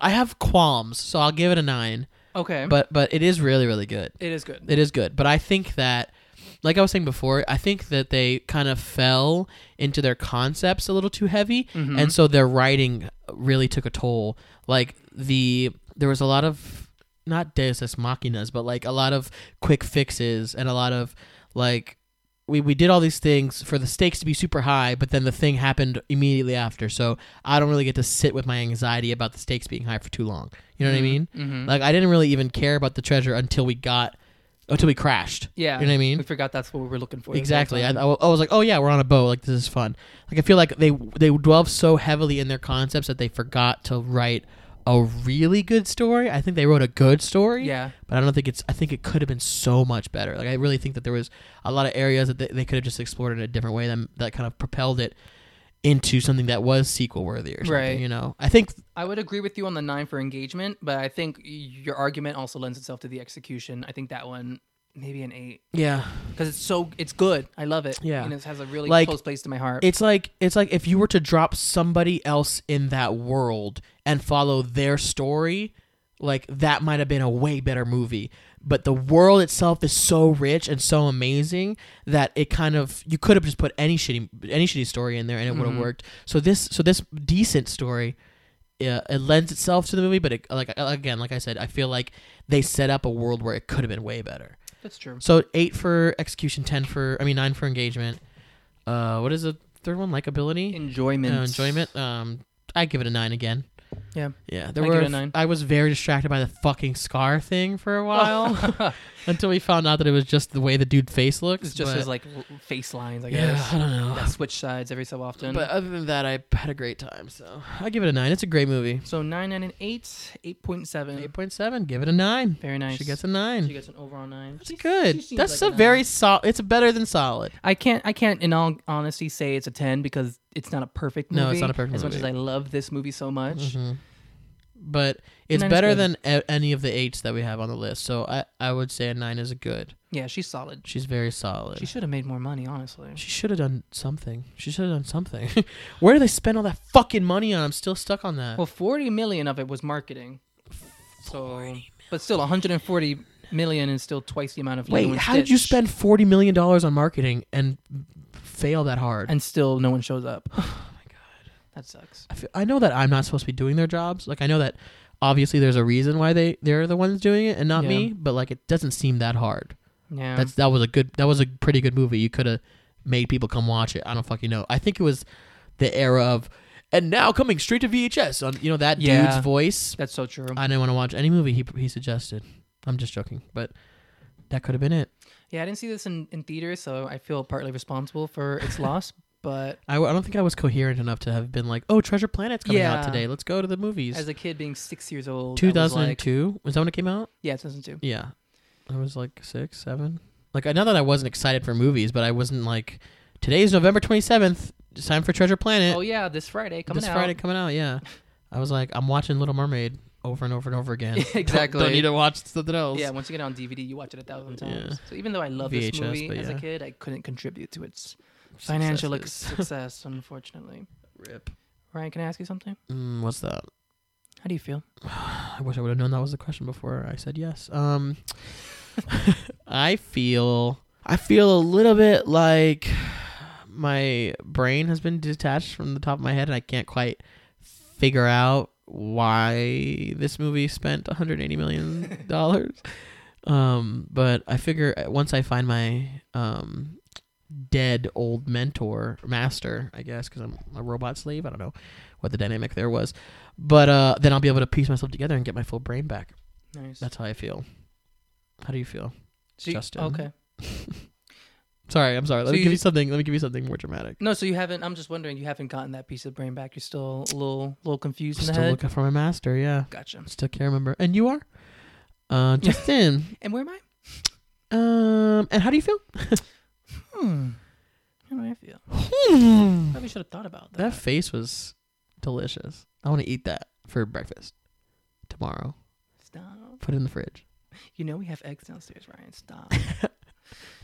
Speaker 1: I have qualms, so I'll give it a nine.
Speaker 2: okay,
Speaker 1: But but it is really really good.
Speaker 2: it is good.
Speaker 1: It is good. But I think that, like I was saying before, I think that they kind of fell into their concepts a little too heavy,
Speaker 2: Mm-hmm.
Speaker 1: and so their writing really took a toll. Like the there was a lot of not Deus ex machinas, but like a lot of quick fixes and a lot of like. We, we did all these things for the stakes to be super high, but then the thing happened immediately after. So I don't really get to sit with my anxiety about the stakes being high for too long. You know what I mean?
Speaker 2: Mm-hmm.
Speaker 1: Like I didn't really even care about the treasure until we got until we crashed.
Speaker 2: yeah,
Speaker 1: You know what I mean?
Speaker 2: We forgot that's what we were looking for. the whole
Speaker 1: Exactly. I, I
Speaker 2: time.
Speaker 1: wa- I was like, oh yeah, we're on a boat. Like this is fun. Like I feel like they they dwell so heavily in their concepts that they forgot to write a really good story. I think they wrote a good story.
Speaker 2: yeah,
Speaker 1: But I don't think it's. I think it could have been so much better. Like I really think that there was a lot of areas that they, they could have just explored in a different way that that kind of propelled it into something that was sequel worthy or something.
Speaker 2: Right.
Speaker 1: You know. I think
Speaker 2: I would agree with you on the nine for engagement, but I think your argument also lends itself to the execution. I think that one maybe an eight
Speaker 1: yeah.
Speaker 2: because it's so it's good. I love it.
Speaker 1: Yeah.
Speaker 2: and it has a really
Speaker 1: Like,
Speaker 2: close place to my heart.
Speaker 1: It's like it's like if you were to drop somebody else in that world and follow their story, like that might have been a way better movie. But the world itself is so rich and so amazing that it kind of you could have just put any shitty any shitty story in there and it would have worked. So this so this decent story uh, it lends itself to the movie, but it, like again, like I said, I feel like they set up a world where it could have been way better.
Speaker 2: That's true.
Speaker 1: So eight for execution, ten for I mean nine for engagement. Uh, what is the third one? Likability,
Speaker 2: Enjoyment.
Speaker 1: Uh, enjoyment. Um, I give it a nine again.
Speaker 2: Yeah.
Speaker 1: Yeah, there
Speaker 2: I give
Speaker 1: were.
Speaker 2: it a nine. Oh.
Speaker 1: I was very distracted by the fucking scar thing for a while until we found out that it was just the way the dude face looks.
Speaker 2: It's just
Speaker 1: but,
Speaker 2: his like l- face lines, I
Speaker 1: yeah,
Speaker 2: guess.
Speaker 1: I don't know.
Speaker 2: That switch sides every so often.
Speaker 1: But other than that, I had a great time. So I give it a nine. It's a great movie.
Speaker 2: so nine, nine, and eight, eight point seven.
Speaker 1: Eight point seven. Give it a nine.
Speaker 2: Very nice.
Speaker 1: She gets a nine.
Speaker 2: She gets an overall nine.
Speaker 1: That's good. That's a very solid. It's better than solid.
Speaker 2: I can't. I can't, in all honesty, say it's a ten because it's not a perfect movie.
Speaker 1: No, it's not a perfect
Speaker 2: As much
Speaker 1: movie. Mm-hmm.
Speaker 2: as I love this movie so much,
Speaker 1: but it's
Speaker 2: Nine is
Speaker 1: better
Speaker 2: good.
Speaker 1: than a- any of the eights that we have on the list. So I, I would say a nine is a good.
Speaker 2: yeah, she's solid.
Speaker 1: She's very solid.
Speaker 2: She should have made more money, honestly.
Speaker 1: she should have done something. She should have done something. Where do they spend all that fucking money on? I'm still stuck on that.
Speaker 2: Well, forty million of it was marketing. So, but still, one hundred and forty million is still twice the amount of. Lilo
Speaker 1: Wait,
Speaker 2: and
Speaker 1: how did you
Speaker 2: Stitch,
Speaker 1: spend forty million dollars on marketing and fail that hard?
Speaker 2: And still, no one shows up. Oh my god, that sucks.
Speaker 1: I, feel, I know that I'm not supposed to be doing their jobs. Like I know that obviously there's a reason why they they're the ones doing it and not
Speaker 2: Yeah.
Speaker 1: me. But like it doesn't seem that hard.
Speaker 2: Yeah.
Speaker 1: That's that was a good that was a pretty good movie. You could have made people come watch it. I don't fucking know. I think it was the era of and now coming straight to VHS on you know that
Speaker 2: Yeah.
Speaker 1: dude's voice.
Speaker 2: That's so true.
Speaker 1: I didn't want to watch any movie he he suggested. I'm just joking, but that could have been it.
Speaker 2: yeah, I didn't see this in, in theaters, so I feel partly responsible for its loss. But
Speaker 1: I, w- I don't think I was coherent enough to have been like, "Oh, Treasure Planet's coming
Speaker 2: Yeah.
Speaker 1: out today. Let's go to the movies."
Speaker 2: as a kid, being six years old, I was like,
Speaker 1: 2002 was that when it came out?
Speaker 2: yeah, 2002.
Speaker 1: Yeah, I was like six, seven. Like I know that I wasn't excited for movies, but I wasn't like, "Today's November 27th. It's time for Treasure Planet."
Speaker 2: Oh yeah, this Friday coming
Speaker 1: this
Speaker 2: out.
Speaker 1: Friday coming out. Yeah, I was like, I'm watching Little Mermaid over and over and over again. Don't-
Speaker 2: Exactly.
Speaker 1: Don't, need to watch something else.
Speaker 2: Yeah, once you get it on DVD, you watch it a thousand
Speaker 1: Yeah.
Speaker 2: times. So even though I love this
Speaker 1: VHS,
Speaker 2: movie
Speaker 1: but
Speaker 2: as a
Speaker 1: yeah.
Speaker 2: kid, I couldn't contribute to its financial ex-
Speaker 1: Successes.
Speaker 2: success, unfortunately.
Speaker 1: Rip.
Speaker 2: Ryan, can I ask you something?
Speaker 1: Mm, what's that?
Speaker 2: How do you feel?
Speaker 1: I wish I would have known that was the question before I said yes. Um, I feel I feel a little bit like my brain has been detached from the top of my head, and I can't quite figure out why this movie spent 180 million dollars. um, but I figure uh, once I find my um dead old mentor master, I guess, because I'm a robot slave. I don't know what the dynamic there was but uh, then I'll be able to piece myself together and get my full brain back.
Speaker 2: Nice.
Speaker 1: That's how I feel. How do you feel?
Speaker 2: So you-
Speaker 1: Justin.
Speaker 2: Okay.
Speaker 1: Sorry, I'm sorry. Let
Speaker 2: So
Speaker 1: me
Speaker 2: you-
Speaker 1: give you something. Let me give you something more dramatic.
Speaker 2: No, so you haven't. I'm just wondering. You haven't gotten that piece of brain back. You're still a little, little confused in the
Speaker 1: Still
Speaker 2: head.
Speaker 1: looking for my master. Yeah,
Speaker 2: Gotcha.
Speaker 1: still can't remember. And you are, uh, Justin.
Speaker 2: And where am I?
Speaker 1: um, and how do you feel?
Speaker 2: Hmm. How do I feel? Probably should have thought about that.
Speaker 1: That face was delicious. I want to eat that for breakfast tomorrow.
Speaker 2: Stop.
Speaker 1: Put it in the fridge.
Speaker 2: You know we have eggs downstairs, Ryan. Stop.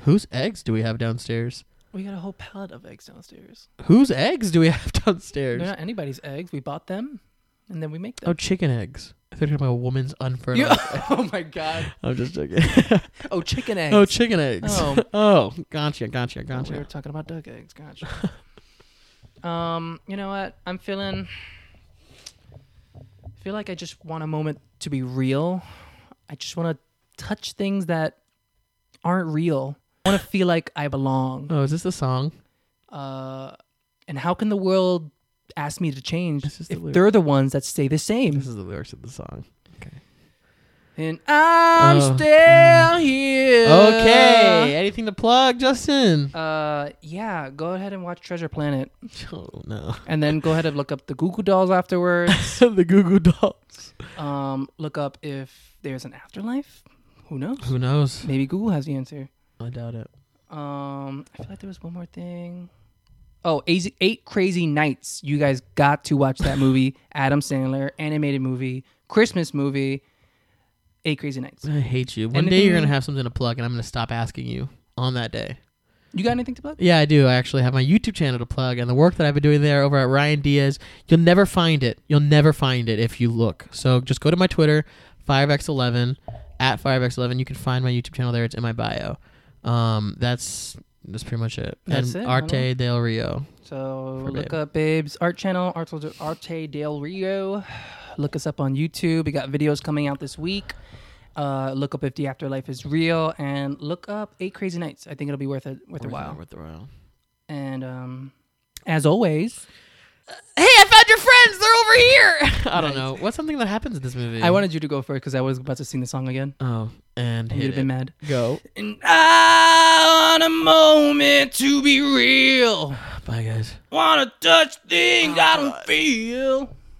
Speaker 1: Whose eggs do we have downstairs?
Speaker 2: we got a whole pallet of eggs downstairs.
Speaker 1: Whose eggs do we have
Speaker 2: They're
Speaker 1: downstairs?
Speaker 2: not anybody's eggs. We bought them, and then we make them.
Speaker 1: oh, chicken eggs. I think about a woman's unfertilized.
Speaker 2: Yeah. oh my god.
Speaker 1: I'm just joking.
Speaker 2: Oh, chicken eggs.
Speaker 1: Oh, chicken eggs.
Speaker 2: Oh.
Speaker 1: Oh. gotcha, gotcha,
Speaker 2: Oh, We were
Speaker 1: gotcha.
Speaker 2: talking about duck eggs. Gotcha. um, you know what? I'm feeling. I feel like I just want a moment to be real. I just want to touch things that aren't real. I want to feel like I belong.
Speaker 1: Oh, is this the song? Oh.
Speaker 2: Uh, and how can the world ask me to change
Speaker 1: This is the
Speaker 2: if
Speaker 1: lyric.
Speaker 2: they're the ones that stay the
Speaker 1: This
Speaker 2: same?
Speaker 1: is the lyrics of the song. Okay.
Speaker 2: And I'm
Speaker 1: Oh,
Speaker 2: still here.
Speaker 1: Uh, Okay. Anything to plug, Justin?
Speaker 2: Uh, yeah. Go ahead and watch Treasure Planet,
Speaker 1: Oh no.
Speaker 2: and then go ahead and look up the Google Dolls afterwards.
Speaker 1: the Goo Goo Dolls.
Speaker 2: Um, look up if there's an afterlife. Who knows?
Speaker 1: Who knows?
Speaker 2: Maybe Google has the answer.
Speaker 1: I doubt it.
Speaker 2: Um, I feel like there was one more thing. Oh, Eight, Eight Crazy Nights. You guys got to watch that movie. Adam Sandler animated movie, Christmas movie. Eight Crazy Nights.
Speaker 1: I hate you. One day
Speaker 2: Anything-
Speaker 1: you're gonna have something to plug, and I'm gonna stop asking you on that day.
Speaker 2: You got anything to plug?
Speaker 1: Yeah, I do. I actually have my YouTube channel to plug and the work that I've been doing there over at Ryan Diaz. You'll never find it. You'll never find it if you look. So just go to my Twitter, 5x11, at 5x11. You can find my YouTube channel there. It's in my bio. Um, that's That's pretty much it.
Speaker 2: That's
Speaker 1: and
Speaker 2: it, I
Speaker 1: Arte del Rio.
Speaker 2: So
Speaker 1: For
Speaker 2: look
Speaker 1: Babe.
Speaker 2: up Babe's art channel, Arte, Arte Del Rio. Look us up on YouTube. We got videos coming out this week. Uh, look up if the afterlife is real, and look up Eight Crazy Nights. I think it'll be worth it, worth a while.
Speaker 1: Worth a while.
Speaker 2: And um, as always, Uh,
Speaker 1: Hey, I found your friends. They're over here. I don't know. What's something that happens in this movie?
Speaker 2: I wanted you to go first because I was about to sing the song again.
Speaker 1: Oh, and
Speaker 2: You'd
Speaker 1: hit
Speaker 2: have been
Speaker 1: it.
Speaker 2: mad.
Speaker 1: Go.
Speaker 2: And I want a moment to be real.
Speaker 1: Bye, guys. Oh
Speaker 2: Want to touch things I don't feel.